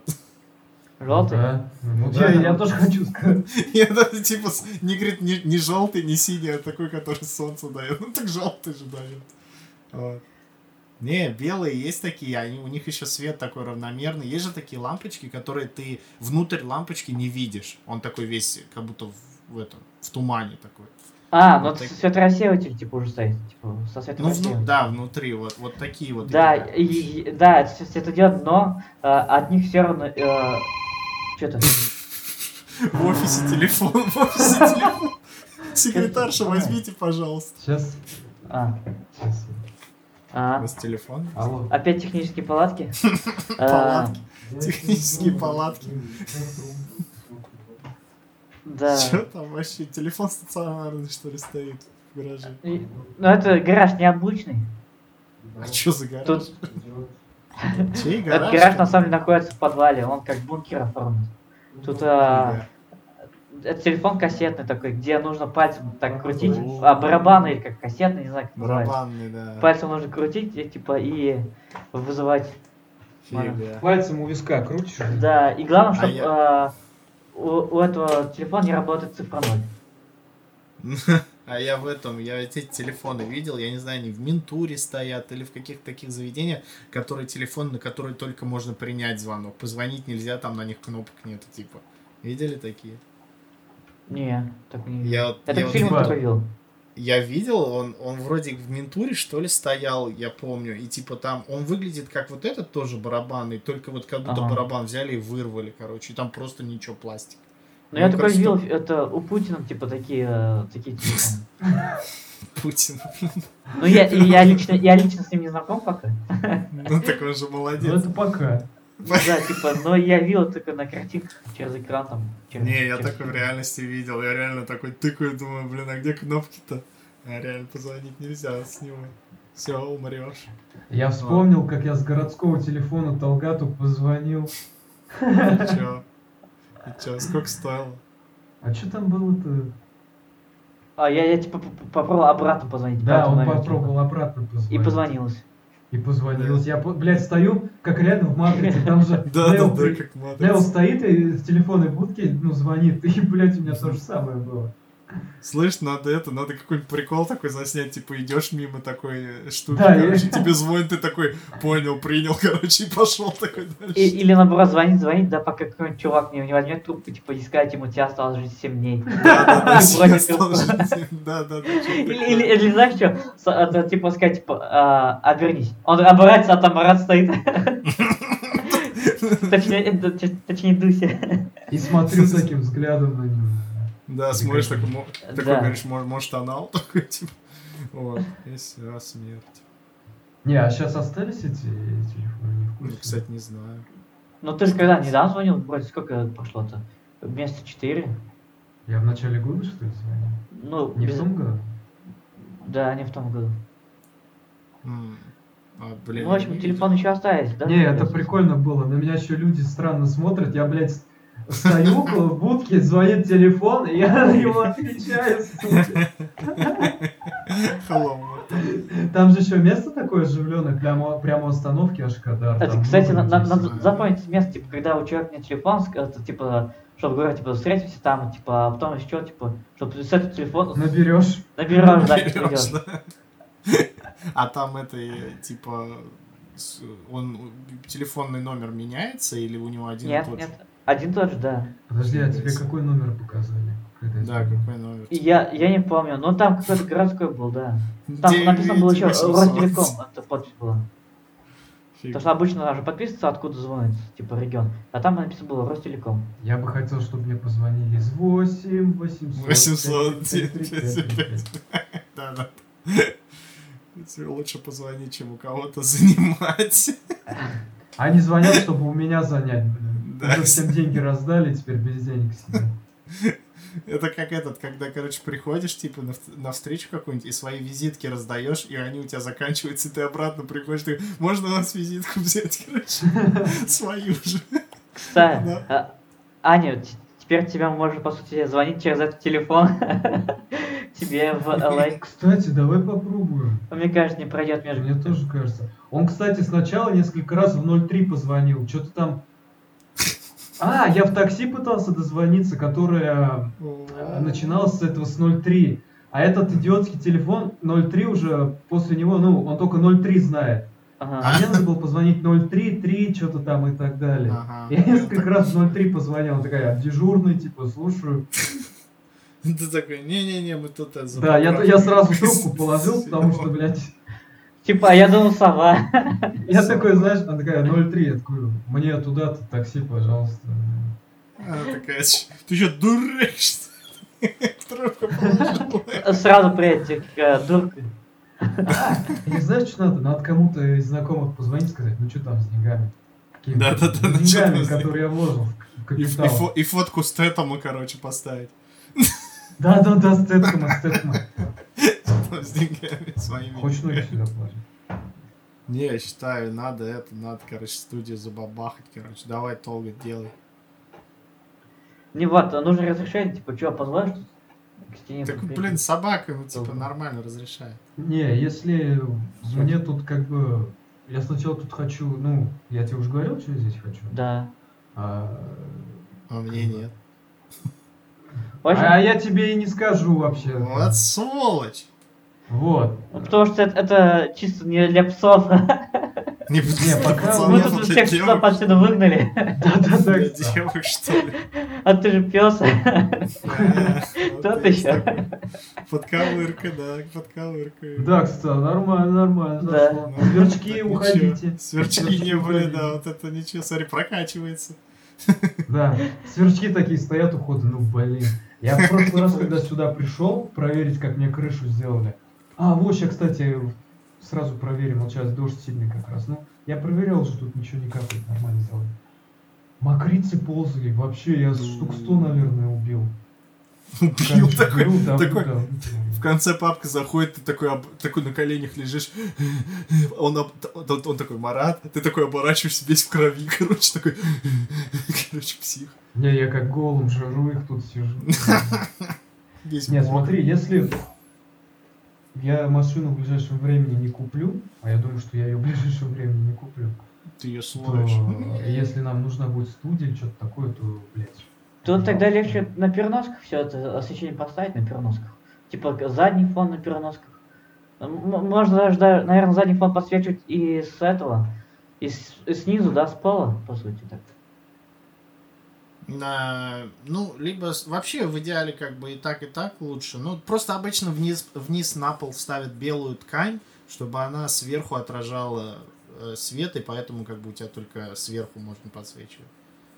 S1: Желтый?
S3: Да. Ну
S2: Да.
S3: да, я тоже хочу сказать.
S2: Я даже типа с- не говорит не, не желтый, не синий, а такой, который солнце дает. Ну так желтый же дает. Вот. Не, белые есть такие, они, у них еще свет такой равномерный. Есть же такие лампочки, которые ты внутрь лампочки не видишь. Он такой весь, как будто в, в этом, в тумане такой.
S1: А, ну
S2: Вот
S1: это
S2: так.
S1: светорассеиватель типа уже стоит, типа со
S2: Ну, вну-
S1: светорассеивателем.
S2: да, внутри, вот, вот такие вот.
S1: Да,
S2: эти
S1: и, и- да, это всё- это идет, но э, от них все равно... э, что-то...
S2: лампочки. В офисе телефон, в офисе телефон. Секретарша, возьмите, пожалуйста.
S3: Сейчас,
S1: А,
S3: сейчас.
S2: У
S1: а,
S2: вас телефон?
S3: Алло.
S1: опять технические палатки? Э,
S2: Палатки. Технические палатки.
S1: Да.
S2: Что там вообще? Телефон стационарный, что ли, стоит в гараже?
S1: И- Ну это гараж необычный.
S2: А что за гараж?
S1: Тут
S2: Чей
S1: этот
S2: гараж?
S1: гараж на самом деле находится в подвале, он как бункер оформлен.
S2: Ну,
S1: Тут а, это телефон кассетный такой, где нужно пальцем так крутить,
S2: О.
S1: а барабаны или как кассетный, не знаю как называется.
S2: Барабанный, да.
S1: Пальцем нужно крутить и типа и вызывать.
S2: Фига.
S4: Пальцем у виска крутишь?
S1: Да, и главное,
S2: А
S1: чтобы у, у этого телефона не работает цифра ноль.
S2: А я в этом, я эти телефоны видел, я не знаю, они в ментуре стоят или в каких-то таких заведениях, которые телефон, на который только можно принять звонок. Позвонить нельзя, там на них кнопок нету, типа. Видели такие?
S1: Не, так не
S2: Я, вот-
S1: Это
S2: я
S1: в
S2: вот
S1: фильмах
S3: видел.
S1: только видел.
S2: Я видел, он, он вроде в ментуре, что ли, стоял, я помню. И типа там он выглядит как вот этот тоже барабанный, только вот как будто
S1: Ага.
S2: барабан взяли и вырвали, короче. И там просто ничего пластик.
S1: Но я
S2: Ну,
S1: такой
S2: короче,
S1: видел, это у Путина типа такие, э, такие телефоны.
S2: Путин.
S1: Ну я, и я лично, я лично с ним не знаком пока.
S2: Ну так он же
S3: Ну
S2: молодец.
S3: это пока.
S1: Ну Да, типа, но я видел только на картинках через экран там. через-
S2: Не, я
S1: через-
S2: такой в реальности видел. Я реально такой тыкаю, думаю, блин, а где кнопки-то? А реально позвонить нельзя а с него. Все, умрешь.
S3: Я вспомнил, как я с городского телефона Талгату позвонил.
S2: И чё? И чё, сколько стоило?
S3: А что там было-то?
S1: А я, я типа поп- попробовал обратно позвонить.
S3: Да,
S1: поэтому,
S3: он
S1: наверное,
S3: попробовал обратно
S1: типа.
S3: позвонить.
S1: И позвонилось.
S3: И позвонилось. Я, по- блядь, стою, как рядом в матрице, там же
S2: Да, да,
S3: Нейл
S2: да,
S3: при-
S2: как
S3: Нейл
S2: матрица.
S3: стоит и в телефонной будке, ну, звонит. И, блядь, у меня то же самое было.
S2: Слышь, надо это, надо какой-нибудь прикол такой заснять, типа идешь мимо такой э, штуки,
S3: Да, я-
S2: короче, тебе звонит, ты такой, понял, принял, короче, и пошел такой дальше.
S1: И- или наоборот звонить, звонить, да, пока какой-нибудь чувак не, не возьмет трубку, типа искать ему, тебя осталось жить 7 дней.
S2: Да-да-да,
S1: Вроде
S2: сейчас
S1: как.
S2: должен- Да-да-да, чё-то
S1: Или,
S2: Типа такое.
S1: или, или знаешь что, э, С- это, типа сказать, типа, а, обернись. Он оборачивается, а там Марат стоит. Точнее, это, т- точнее Дуся.
S3: И смотрю таким взглядом на него.
S2: Да, смотришь, такой, мо- такой
S1: Да.
S2: говоришь, «Мож- может, анал такой, типа. Вот, и вся смерть.
S3: Не, а сейчас остались эти телефоны? Не в
S2: Ну,
S3: курсе.
S2: кстати, не знаю.
S1: Ну ты же когда недавно звонил, вроде сколько прошло-то? Вместо 4?
S3: Я в начале года, что ли, звонил?
S1: Ну,
S3: Не в
S1: без-
S3: том году?
S1: Да, не в том году.
S2: М. А, блин.
S1: ну, в общем,
S2: не
S1: телефон еще остались, да?
S3: Не, это прикольно было. На меня еще люди странно смотрят. Я, блядь, стою около будки, звонит телефон, и я на него отвечаю. сука.
S2: видел. Hello.
S3: Там же еще место такое оживленное, прямо, прямо у остановки Ашкадар.
S1: Это,
S3: Там ну,
S1: кстати,
S3: много
S1: на- на-
S3: людей
S1: надо
S3: сидит.
S2: сидят.
S1: запомнить место, типа, когда у человека нет телефона, скажут, типа, чтобы говорить, типа, встретимся там, типа, а потом еще, типа, чтобы с этого телефона
S3: Наберешь.
S1: наберешь, да, типа, не
S2: Берёшь,
S1: придёшь.
S2: да. А там это, э, типа, с- он э, телефонный номер меняется или у него один и
S1: Нет,
S2: тот
S1: нет,
S2: же?
S1: один тот же, да.
S3: Подожди, а тебе какой номер показали? Когда я
S2: Да,
S3: звонил?
S2: какой номер?
S1: И Я, я не помню, но там какой-то городской был, да. Там написано было еще
S2: 9800.
S1: Ростелеком, это подпись была. Потому что обычно даже подписывается, откуда звонит, типа регион. А там написано было Ростелеком.
S3: Я бы хотел, чтобы мне позвонили из 8, 800,
S2: 800,
S3: 535.
S2: Да, да. Тебе Лучше позвонить, чем у кого-то занимать.
S3: Они звонят, чтобы у меня занять, блин.
S2: Да.
S3: Уже всем деньги раздали, теперь без денег сидят.
S2: Это как этот, когда, короче, приходишь, типа, на, вт- на встречу какую-нибудь, и свои визитки раздаешь, и они у тебя заканчиваются, и ты обратно приходишь, ты, можно у вас визитку взять, короче, свою же.
S1: Кстати,
S3: Ну.
S2: Да.
S1: а- Аня, т- теперь тебя можно, по сути, звонить через этот телефон. Тебе в LA.
S3: Кстати, давай попробуем.
S1: Мне кажется, не пройдет между...
S3: Мне тоже кажется. Он, кстати, сначала несколько раз в 03 позвонил. Что-то там... А, я в такси пытался дозвониться, которая э, начиналась с этого с 03. А этот идиотский телефон 03 уже после него, ну, он только 03 знает.
S1: Ага.
S3: А мне надо было позвонить 03, 3, что-то там и так далее.
S2: Ага.
S3: Я несколько раз в 03 позвонил, она такая, дежурный, типа, слушаю.
S2: Ну, Ты такой, не-не-не, мы тут... это, за
S3: Да, я, я
S2: поправкой».
S3: сразу трубку положил, потому что, блядь,
S1: Типа, а я думал, сова.
S3: я такой, знаешь, она такая, 03, я такой, мне туда-то такси, пожалуйста.
S2: Она такая, «Ч- ты что, дурак, что ли?» Трубку положила.
S1: Сразу приедет э, дурка.
S3: Не знаю, что надо, надо кому-то из знакомых позвонить, сказать, ну что там с деньгами? Какими
S2: Да-да-да, ну, чё там
S3: деньгами,
S2: с
S3: которые я вложил в
S2: И, ф- и
S3: капитал.
S2: фо- и фотку с тетом, короче, поставить.
S3: Да-да-да, Стэткома, Стэткома.
S2: Там С деньгами своими.
S3: Хочешь ноги сюда положить?
S2: Не, я считаю, надо это, надо, короче, студию забабахать, короче. Давай, Толга, делай.
S1: Не вот, а нужно разрешение, типа, что, позволишь к стене?
S2: Так,
S1: прикрепить?
S2: блин, собака, ну, типа,
S1: Толга.
S2: нормально разрешает.
S3: Не, если мне тут как бы... Я сначала тут хочу, ну, я тебе уже говорил, что я здесь хочу?
S1: Да.
S3: А,
S2: А мне нет.
S1: В общем,
S3: а я тебе и не скажу вообще.
S2: Вот сволочь!
S3: Вот.
S1: ну, потому что это, это чисто не для пацанов.
S2: Не, потому что
S3: пока
S1: Мы
S2: пацанов
S1: тут
S2: для
S1: всех псов
S2: девок-
S1: отсюда выгнали.
S3: Да-да-да.
S2: для девок, что ли?
S1: А ты же пес.
S2: Э,
S1: Да
S2: вот
S1: ты
S2: есть
S1: ща.
S2: такое. Подковырка, да, подковырка.
S3: Да, кстати, нормально, нормально.
S1: Да.
S3: зашло.
S2: Ну,
S3: Сверчки,
S2: так
S3: уходите.
S2: ничего. Сверчки не были, да, вот это ничего, смотри, прокачивается.
S3: Да, сверчки такие стоят у входа, ну блин. Я в прошлый раз, когда сюда пришел, проверить, как мне крышу сделали. А, вот я, кстати, сразу проверим, вот сейчас дождь сильный как раз. Ну, я проверял, что тут ничего не капает, нормально сделали. Мокрицы ползали, вообще, я штук сто, наверное, убил. Ну,
S2: Убил такой,
S3: Убил, да,
S2: такой.
S3: да.
S2: В конце папка заходит, ты такой, об- такой на коленях лежишь, он, об- он, он такой, Марат, ты такой оборачиваешься весь в крови, короче, такой, короче, псих.
S3: Не, я как голым жру их тут сижу.
S2: Весь
S3: Нет,
S2: мокрый.
S3: смотри, если я машину в ближайшем времени не куплю, а я думаю, что я ее в ближайшем времени не куплю,
S2: Ты ее
S3: то
S2: смотришь.
S3: Типа, а если нам нужна будет студия или что-то такое, то, блядь.
S1: Тут тогда легче на переносках все это э, освещение поставить на переносках. Типа к- задний фон на переносках. М- м- Можно даже, наверное, задний фон подсвечивать и с этого, и, с- и снизу, да, с пола, по сути так.
S2: На- ну, либо с- вообще в идеале как бы и так, и так лучше. Ну, просто обычно вниз, вниз на пол вставят белую ткань, чтобы она сверху отражала э, э, свет, и поэтому как бы у тебя только сверху можно подсвечивать.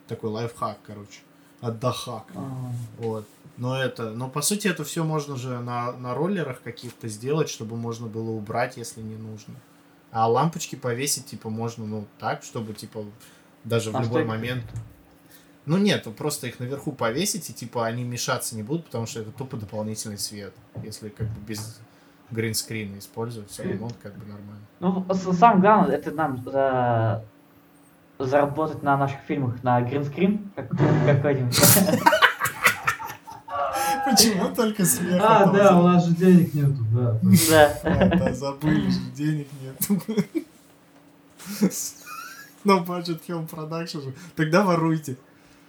S2: Такой лайфхак, короче. Отдохак.
S1: А,
S2: Вот. Но это, но по сути это все можно же на, на роллерах каких-то сделать, чтобы можно было убрать, если не нужно. А лампочки повесить, типа, можно, ну, так, чтобы, типа, даже в
S1: А что
S2: любой
S1: их-
S2: момент. Ну нет, вы просто их наверху повесить, и типа они мешаться не будут, потому что это тупо дополнительный свет. Если как бы без гринскрина использовать, все равно как бы нормально.
S1: Ну, с- самое главное, это нам за- заработать на наших фильмах на гринскрин, как, как один.
S2: Почему только сверху?
S3: А, да, у нас же денег нету, да.
S1: Да.
S2: А, Да, забыли, что денег нет. Но Budget Film Production же. Тогда воруйте.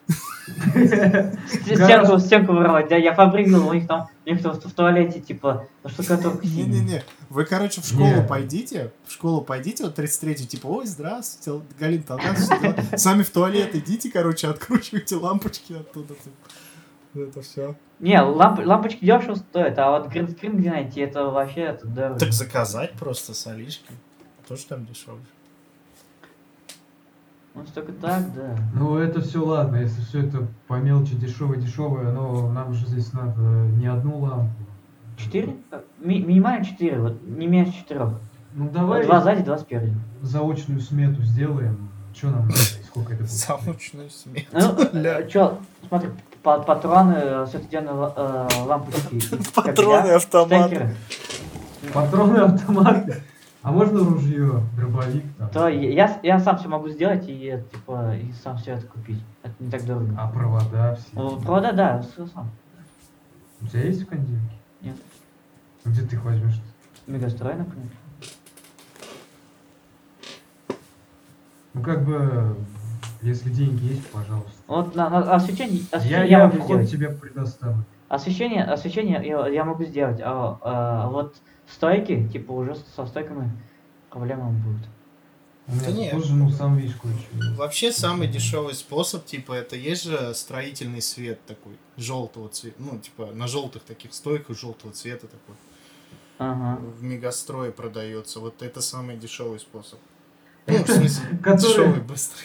S1: Ст- Стенку, стенку воровать, да, я побригал, у них там, у них там в туалете, типа, штукатурка синяя.
S2: Не-не-не. Вы, короче, в школу
S3: Не.
S2: пойдите. В школу пойдите, вот 33-й, типа, ой, здравствуйте, Ал- Галина Талгатовна. что дела?» Сами в туалет идите, короче, откручивайте лампочки оттуда. Ну, Это все.
S1: Не, ламп- лампочки дешево стоят, а вот гринскрин где найти, это вообще это дорого.
S2: заказать просто с Алишки. Тоже там дешевле.
S1: Ну, только так, да.
S3: Ну это все ладно, если все это по мелочи дешевое дешевое, но нам же здесь надо не одну лампу.
S1: Четыре? Ми- минимально четыре, вот не меньше четырех.
S3: Ну давай
S1: Два сзади, два спереди.
S3: заочную смету сделаем. Что нам надо и сколько это будет?
S2: Замучную смерть.
S1: Ну,
S2: Ля.
S1: э, чё, смотри, па- патроны, светодиодные ла- э, лампочки. как я,
S2: автоматы.
S1: штекеры.
S3: Патроны, автоматы. А можно ружье, дробовик там?
S1: То я, с- я сам все могу сделать и, э, типа, и сам все это купить. Это не так дорого.
S3: А провода все?
S1: Ну, Провода, да, все сам.
S3: У тебя есть в кондимке?
S1: Нет.
S3: Где ты их возьмешь?
S1: Мегастрой, например.
S3: Ну как бы, если деньги есть, пожалуйста.
S1: Вот на, на- освещение,
S3: Я,
S1: освещение я,
S3: я
S1: могу
S3: вход
S1: сделать.
S3: тебе предоставлю.
S1: Освещение, освещение я, я могу сделать, а, а вот стойки, типа, уже со стойками проблемы будут.
S3: У меня
S2: Да не.
S3: тоже, ну, сам видишь кое-что.
S2: Вообще самый дешевый способ, типа, это есть же строительный свет такой, желтого цвета, ну, типа, на желтых таких стойках желтого цвета такой.
S1: Ага.
S2: В мегастрое продается. Вот это самый дешевый способ. Ну, в смысле,
S3: Который-
S2: дешевый, быстрый.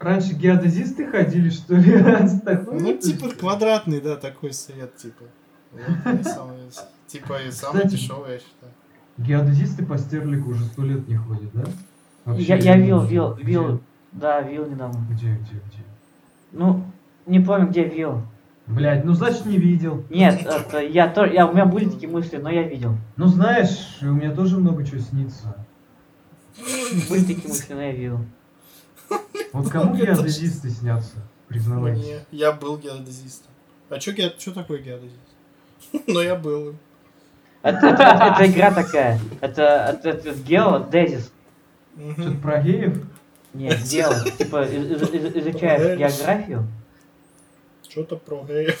S3: Раньше геодезисты ходили, что ли? Раньше такое
S2: Ну,
S3: было?
S2: типа, квадратный, да, такой свет, типа. Вот, и самый- Типа, и самый
S3: Кстати.
S2: дешевый, я считаю.
S3: Геодезисты по стерлику уже сто лет не ходят, да?
S1: Я,
S3: Вообще
S1: я
S3: не
S1: вил,
S3: знаю.
S1: вил,
S3: Где?
S1: вил, да, вил недавно.
S3: Где, где, где?
S1: Ну, не помню, где вил.
S3: Блять, ну значит не видел.
S1: Нет, это я тоже, я, у меня были такие мысли, но я видел.
S3: Ну знаешь, у меня тоже много чего снится.
S1: Были такие мысли, но я видел.
S3: Вот кому
S2: Мне тоже.
S3: геодезисты снятся? Признавайтесь.
S2: Мне- Я был геодезистом. А что такое геодезист? Ну, я был им.
S1: Это, это- это- это игра такая. Это, это, это Гео, Дезис.
S2: Мгм.
S3: Что-то про геев?
S1: Нет, Гео. Типа из- из- из- изучаешь географию.
S2: Что-то про геев.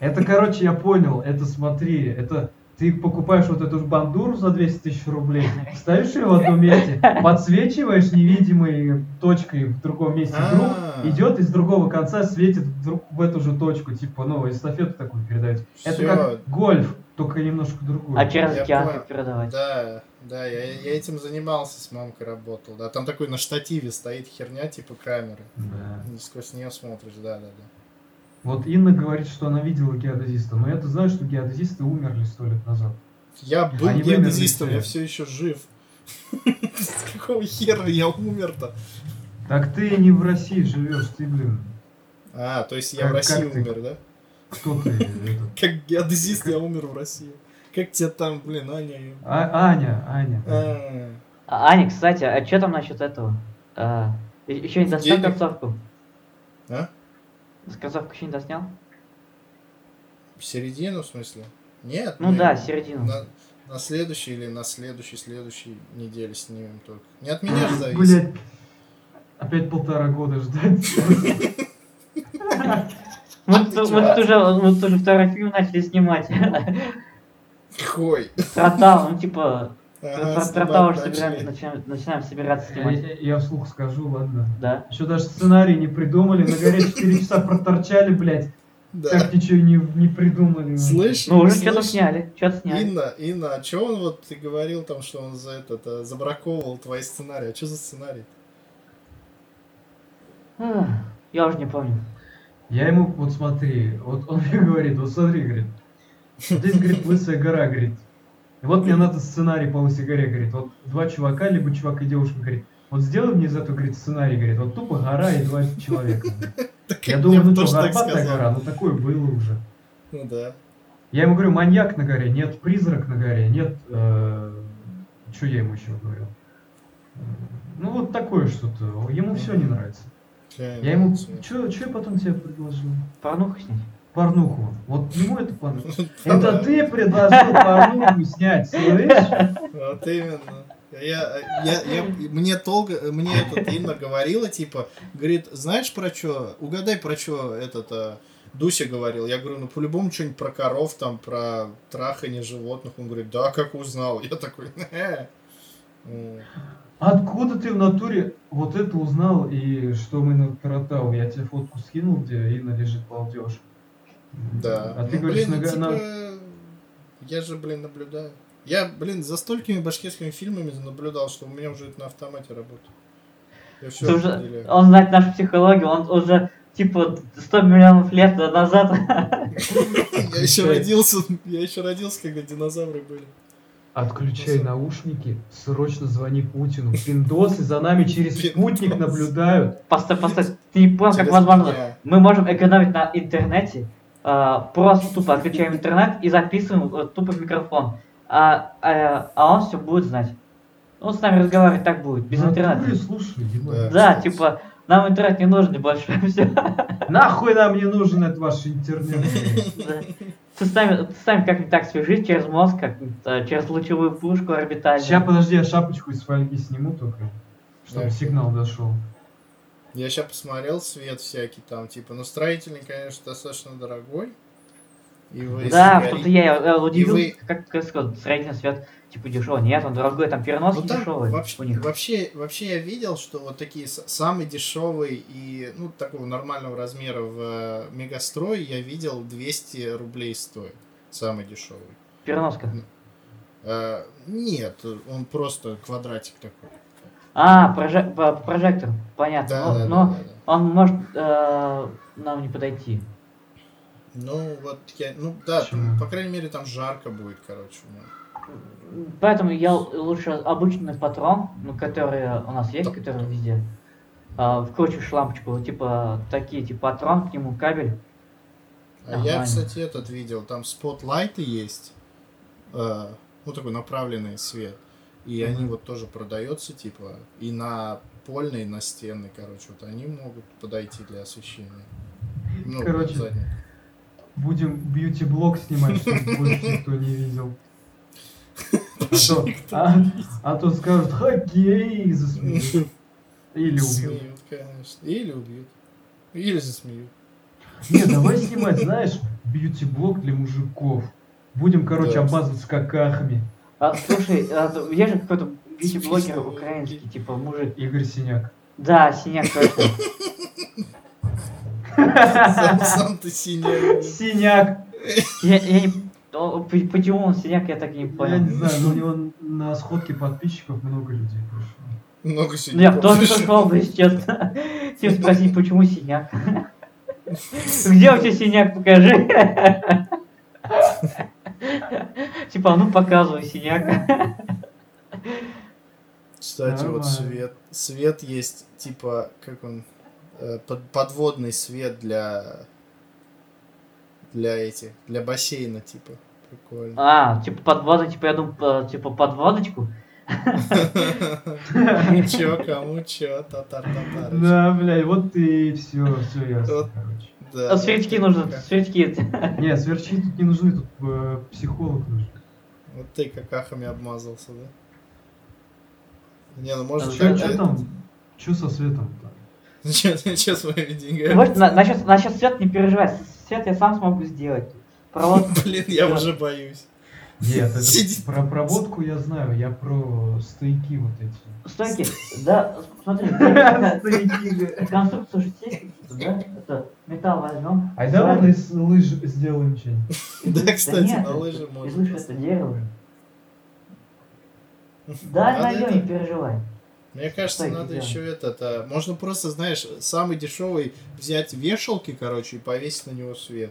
S3: Это, короче, я понял. Это смотри, это ты покупаешь вот эту бандуру за 200 тысяч рублей, ставишь ее в одном месте, подсвечиваешь невидимой точкой в другом месте круг,
S2: А.
S3: идет из другого конца, светит вдруг в эту же точку, типа, ну, эстафету такую передать. Это
S2: Всё.
S3: как гольф, только немножко другой.
S1: А через
S2: Я
S1: океан
S2: понял.
S1: как передавать.
S2: Да, да, я, я этим занимался, с мамкой работал, да. Там такой на штативе стоит херня типа камеры.
S3: Да.
S2: И Сквозь нее смотришь, да, да, да.
S3: Вот Инна говорит, что она видела геодезиста, но я-то знаю, что геодезисты умерли сто лет назад.
S2: Я был
S3: Они вымерли
S2: геодезистом,
S3: все.
S2: я все еще жив. С какого хера я умер-то?
S3: Так ты не в России живешь, ты, блин,
S2: А, то есть я
S3: Как-
S2: в России
S3: как ты?
S2: умер, да?
S3: кто ты? этот?
S2: Как геодезист я умер в России. Как тебе там, блин, Аня? я-
S3: А- Аня, Аня.
S2: А,
S1: А, Аня, кстати, а что там насчет этого? еще не достал
S2: Денег.
S1: концовку?
S2: А?
S1: Концовку еще не доснял?
S2: В середину, в смысле? Нет?
S1: Ну
S2: мы-
S1: да, середину.
S2: На, на следующей или на следующей, следующей неделе снимем только. Не от меня же зависит.
S3: Блять, опять полтора года ждать.
S1: Мы, тут- мы тут уже, мы тут уже второй фильм начали снимать.
S2: Ну. Какой?
S1: Тротал, ну типа,
S2: Ага,
S1: про Тротал
S2: снимать
S1: уже собираем-
S2: начали.
S1: начинаем начинаем собираться
S3: Я,
S1: снимать.
S3: я вслух скажу, ладно.
S1: Да.
S3: Еще даже сценарий не придумали, на горе 4 часа проторчали, блядь.
S2: Да.
S3: Так ничего и не, не придумали.
S2: Слышь,
S1: Ну, уже
S2: слышь,
S1: что-то сняли, что-то сняли.
S2: Инна, Инна, а чё он вот, ты говорил там, что он за этот, а, забраковывал твои сценарии, а что за сценарий?
S1: Ах, А, Я уже не помню.
S3: Я ему, вот смотри, вот он мне говорит, вот смотри, говорит, здесь, говорит, лысая гора, говорит, и вот мне надо сценарий по лысой горе, говорит, вот два чувака, либо чувак и девушка, говорит, вот сделай мне из этого, говорит, сценарий, говорит, вот тупо гора и два человека.
S2: Так
S3: Я думаю,
S2: бы
S3: ну что,
S2: тоже так
S3: горбатая
S2: сказал.
S3: гора, ну такое было уже.
S2: Ну да.
S3: Я ему говорю, маньяк на горе, нет, призрак на горе, нет, что я ему еще говорил? Ну вот такое что-то, ему все не нравится.
S2: реально,
S3: Я ему,
S2: всё.
S3: что я потом тебе предложил?
S1: Порнуху снять.
S3: порнуху. Вот ему это понравилось.
S2: Да,
S3: Это ты предложил порнуху снять, слышишь?
S2: Вот именно. Я, я, я, мне долго, мне этот Инна говорила, типа, говорит, знаешь про что, угадай про что этот а, Дуся говорил. Я говорю, ну по-любому что-нибудь про коров, там, про трахание животных. Он говорит, да, как узнал. Я такой, «Э». М,
S3: Откуда ты в натуре вот это узнал и что мы накоротал? Я тебе фотку скинул, где Инна лежит балдеж.
S2: Да.
S3: А ты
S2: Ну,
S3: говоришь,
S2: блин,
S3: на,
S2: типа,
S3: на-
S2: я же, блин, наблюдаю. Я, блин, за столькими башкирскими фильмами наблюдал, что у меня уже это на автомате работает. Я все
S1: Ты уже- Он знает нашу психологию, он уже типа 100 миллионов лет назад.
S2: Я еще родился, я еще родился, когда динозавры были.
S5: Отключай наушники, срочно звони Путину. Пиндосы за нами через
S2: Пиндосы.
S5: спутник наблюдают.
S1: Постой, постой, ты не понял, Ну, как
S2: Через
S1: возможно.
S2: меня.
S1: Мы можем экономить на интернете, а, просто тупо отключаем интернет и записываем э, тупо в микрофон. А, а, а он все будет знать. Он с нами разговаривать так будет, без
S2: Ну,
S3: в натуре,
S1: интернета.
S3: А Слушай, ебать.
S1: Да,
S2: Кстати.
S1: типа, нам интернет не нужен и больше все.
S3: Нахуй нам не нужен этот ваш интернет. блядь.
S1: Ты сами, ты сами как-нибудь так свяжись через мозг, как э, через лучевую пушку орбитальную.
S3: Сейчас, подожди, я шапочку из фольги сниму только, чтобы
S2: Да.
S3: сигнал дошел.
S2: Я сейчас посмотрел свет всякий там, типа, ну строительный, конечно, достаточно дорогой. И вы
S1: Да,
S2: сгорите.
S1: тут я э, удивился,
S2: вы-
S1: как, как сказал, средний свет типа дешевый. Нет, он дорогой, там перенос
S2: Ну, там
S1: дешевый
S2: вообще,
S1: у них.
S2: вообще, вообще я видел, что вот такие с- самые дешевые и ну такого нормального размера в э, мегастрой я видел 200 рублей стоит самый дешевый.
S1: Переноска.
S2: Э, нет, он просто квадратик такой.
S1: А, проже- по- прожектор, понятно.
S2: Да,
S1: но
S2: да,
S1: А,
S2: да,
S1: но
S2: да, да.
S1: он может э, нам не подойти.
S2: Ну, вот я. Ну да,
S3: Почему?
S2: там, по крайней мере, там жарко будет, короче. ну.
S1: Поэтому я л- лучше обычный патрон, ну, который у нас есть,
S2: Да.
S1: который везде. а, вкручиваешь лампочку, вот, типа такие, типа патрон, к нему кабель.
S2: А я,
S1: Нормально.
S2: кстати, этот видел, там спотлайты есть. э, ну, такой направленный свет. И они вот тоже продаются, типа, и на польный, и на стены, короче. Вот они могут подойти для освещения. Ну,
S3: Короче.
S2: задний.
S3: Будем бьюти-блог снимать, чтобы больше никто не видел. А то, а- а то скажут, хоккей, и засмеют. Или убьют.
S2: Смеют, конечно. Или убьют. Или засмеют.
S3: Не, давай снимать, знаешь, бьюти-блог для мужиков. Будем, короче,
S2: Да.
S3: обмазываться какахами.
S1: А, слушай, а, то- есть же какой-то блогер
S2: Типичный
S1: украинский, типа мужик.
S3: Игорь Синяк.
S1: Да, синяк точно.
S2: Сам, сам ты синяк.
S3: Синяк!
S1: Я, я не... о, п- Почему он синяк, я так и не
S3: Я не
S1: понял.
S3: знаю, но у него на сходке подписчиков много людей пришло.
S2: Много
S1: Ну, я бы
S2: синяков.
S1: тоже пошел бы, если честно. Всем спросить, почему синяк. Где у тебя синяк, покажи. Типа, «А ну показывай синяк.
S2: Кстати, вот
S3: Нормально.
S2: свет. Свет есть, типа, как он, э, под- подводный свет для для этих, для бассейна, типа. Прикольно.
S1: А, типа подвода, типа, я думал, по- типа подводочку. А
S2: Чё, кому, чё, татар, татар.
S3: Да, блядь, вот и все, все ясно,
S2: Вот.
S3: короче.
S1: А Сверчки нужны, сверчки.
S3: Не, сверчки тут не нужны, тут э, психолог нужен.
S2: Вот ты какахами обмазался, да? Не, ну можно...
S1: Чё,
S3: Че
S2: так, чё-
S3: там? Че со светом?
S2: чё- чё с моими деньгами?
S1: Вот, на- насчет, насчет свет не переживай, свет я сам смогу сделать. Провод...
S2: Блин, я уже боюсь.
S3: Нет, это
S2: Сидит.
S3: про проводку я знаю, я про стояки вот эти.
S1: Стойки, да, смотри,
S3: Стояки,
S1: конструкцию же сеть, да, это, мне металл возьмем.
S3: Айда вон из лыж сделаем что-нибудь.
S2: Да, кстати,
S1: нет,
S2: на лыжи
S1: Из
S2: можно.
S1: лыж это дерево. Да,
S2: Надо
S1: найдем,
S2: это-
S1: не переживай.
S2: Мне кажется,
S1: Так,
S2: надо
S1: да.
S2: еще этот... а, Можно просто, знаешь, самый дешевый взять вешалки, короче, и повесить на него свет.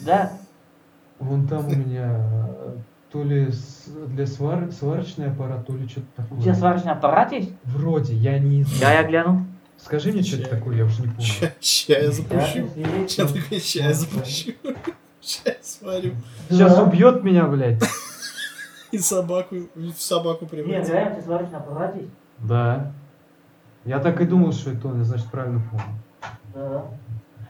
S1: Да,
S3: Вон там у меня э, то ли с- для свар- сварочный аппарат, то ли что-то такое.
S1: у
S6: У
S1: тебя сварочный аппарат есть?
S3: Вроде, я не
S6: Да, я
S3: знаю.
S6: гляну.
S3: Скажи мне что-то такое, я уже не помню.
S2: Ща ща я
S1: Да,
S2: запущу.
S1: есть.
S2: Ща такой, ща я запущу. Ща я сварю.
S3: Сейчас
S1: Да.
S3: убьет меня, блядь.
S2: И собаку, в собаку
S1: Нет,
S2: превратить.
S1: реально, у тебя сварочный аппарат есть?
S3: Да. Я так и думал, что это он, я, значит, правильно помню.
S1: Да.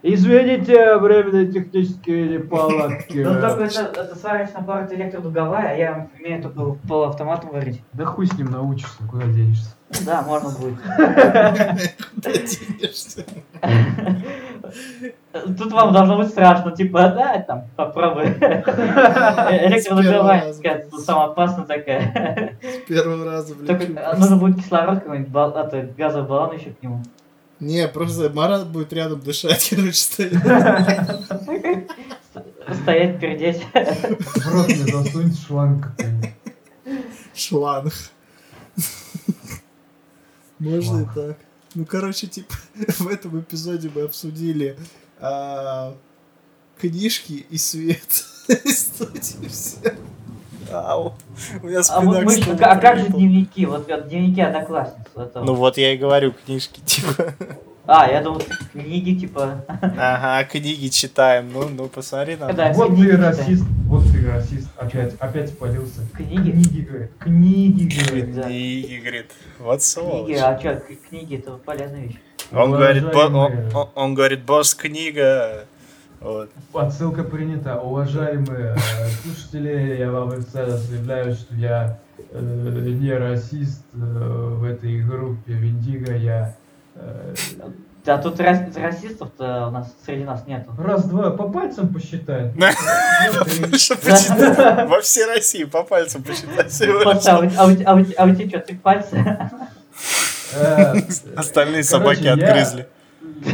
S3: Извините, временные технические неполадки.
S1: Ну только это, это сварочный аппарат электродуговая, а я умею только полуавтоматом варить.
S3: Да хуй с ним научишься, куда денешься.
S1: Ну Да, можно будет.
S2: Куда денешься?
S1: Тут вам должно быть страшно, типа, да, там, попробуй. Электродуговая,
S2: С первого
S1: какая-то
S2: раза.
S1: самая опасная такая.
S2: С первого раза влечу.
S1: Только а, нужно будет кислород какой-нибудь, бал- а, то есть газовый баллон еще к нему.
S2: Не, просто Марат будет рядом дышать, короче, стоит.
S1: Стоять, пердеть.
S3: В рот мне засунь шланг какой-нибудь.
S2: Шланг. Можно и
S3: Шланг.
S2: так. Ну, короче, типа, в этом эпизоде мы обсудили а, книжки и свет. Кстати, все. Ау. У меня
S1: А вот
S2: спина,
S1: мы
S2: кстати,
S1: еще- а как же
S2: прилипла.
S1: дневники? Вот как дневники одноклассниц. это
S2: Ну
S1: вот.
S2: вот я и говорю, книжки, типа.
S1: А, я думал, книги, типа...
S2: Ага, книги читаем. Ну, ну, посмотри на.
S1: Да,
S3: Вот
S1: книги
S3: ты
S1: читаем.
S3: расист, вот ты расист. Опять, опять спалился.
S1: Книги?
S3: Книги, говорит. Книги, говорит.
S1: да.
S2: Книги, говорит. Вот
S1: Книги,
S2: сволочь.
S1: а что, книги это полезная вещь.
S2: Он говорит, бо- он,
S3: Уважаемые.
S2: он- он говорит, босс, книга. Вот.
S3: Отсылка принята. Уважаемые э, слушатели, я вам официально заявляю, что я э, не расист э, в этой группе Виндиго. Я э,
S1: Да тут рас- расистов-то у нас среди нас нету.
S3: раз-два по пальцам посчитать.
S2: Что почитать? Во всей России по пальцам посчитать
S3: Ну,
S2: всего лишь.
S1: Просто, а у, а у- а у- а у тебя что, три пальца?
S3: Э,
S2: Остальные
S3: короче,
S2: собаки
S3: я-
S2: отгрызли.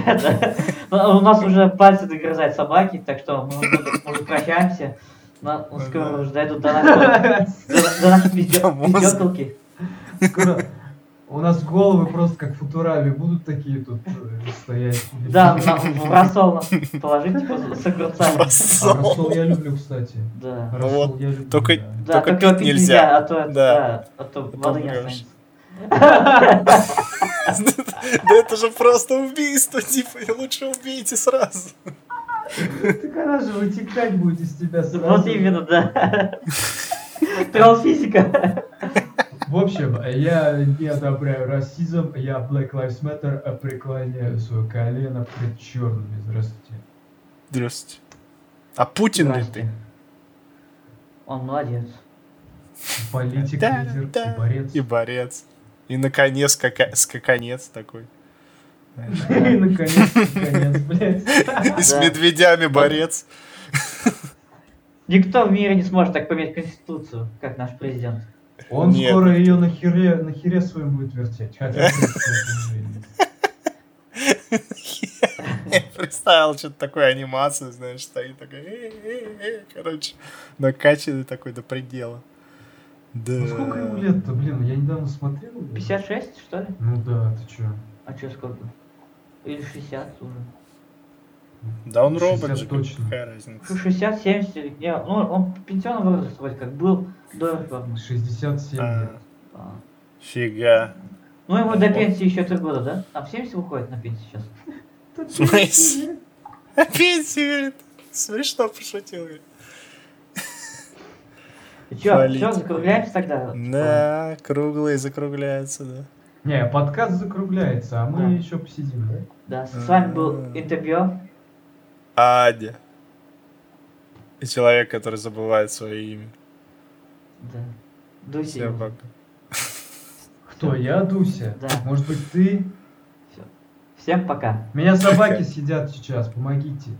S1: Да, да. Ну, У нас уже пальцы догрызают собаки, так что мы уже- мы уже прощаемся. Но скоро уже дойдут до нас- до до нашей
S2: До мозга.
S1: пиздёкалки.
S3: скоро У нас головы просто как футурами будут такие тут э, стоять.
S1: Да, на- в рассол нас положить, типа, с огурцами.
S3: А
S2: Рассол.
S3: рассол я люблю, кстати.
S1: Да.
S3: Рассол
S2: вот,
S3: я люблю.
S2: только-
S3: да.
S1: Да,
S2: Только
S1: только
S2: пить
S1: пить
S2: нельзя.
S1: нельзя, а то,
S2: Да.
S1: да, а то воды не
S2: умрёшь.
S1: останется.
S2: Да это же просто убийство, типа, и лучше убейте сразу.
S3: Так она же вытекать будет из тебя сразу.
S1: Вот именно, да. Тролл физика.
S3: В общем, я не одобряю расизм, я Black Lives Matter, а преклоняю свое колено пред черными. Здравствуйте.
S2: Здравствуйте. А Путин ли
S1: Здрасте.
S2: ты?
S1: Он молодец.
S3: Политик,
S2: Да,
S3: лидер
S2: да.
S3: и борец.
S2: И борец. И наконец скака- скаканец такой.
S3: И наконец, наконец, блядь.
S2: И с
S1: Да.
S2: медведями борец.
S1: Никто в мире не сможет так поменять конституцию, как наш президент.
S3: Он
S2: Нет.
S3: скоро ее на хере, на хере своем будет вертеть. Хотя, в принципе, это уже и-
S2: Я представил что-то такое анимацию, знаешь, стоит такой, «Э, э, э», короче, накачанный такой до предела.
S3: Ну, сколько ему
S2: Да.
S3: лет-то, блин, я недавно смотрел. блин.
S1: 56, что ли?
S3: Ну да, ты чё?
S1: А что сколько? Или 60 уже?
S2: Да он робот
S3: 60
S2: же,
S3: точно.
S2: какая
S1: Ну,
S2: разница.
S1: 60, 70, или где? Ну, он пенсионный возраст вроде как был до реформы.
S3: 67
S2: А,
S3: лет.
S1: А.
S2: Фига.
S1: Ну, ему до
S2: Вот.
S1: пенсии еще три года, да? А в 70 выходит на пенсию сейчас?
S2: В смысле? Опять, говорит, смешно пошутил, говорит.
S1: И что,
S2: Политика.
S1: все, закругляемся тогда?
S2: Да, круглые закругляются, да.
S3: Не, подкаст закругляется, а мы
S1: Да.
S3: еще посидим, да?
S1: Да, с вами был интервью.
S2: Адя. И человек, который забывает свое имя.
S1: Да. Дуси.
S2: Всем пока.
S3: Кто, я, Дуся?
S1: Да.
S3: Может быть, ты?
S1: Всем пока.
S3: Меня собаки сидят сейчас, помогите.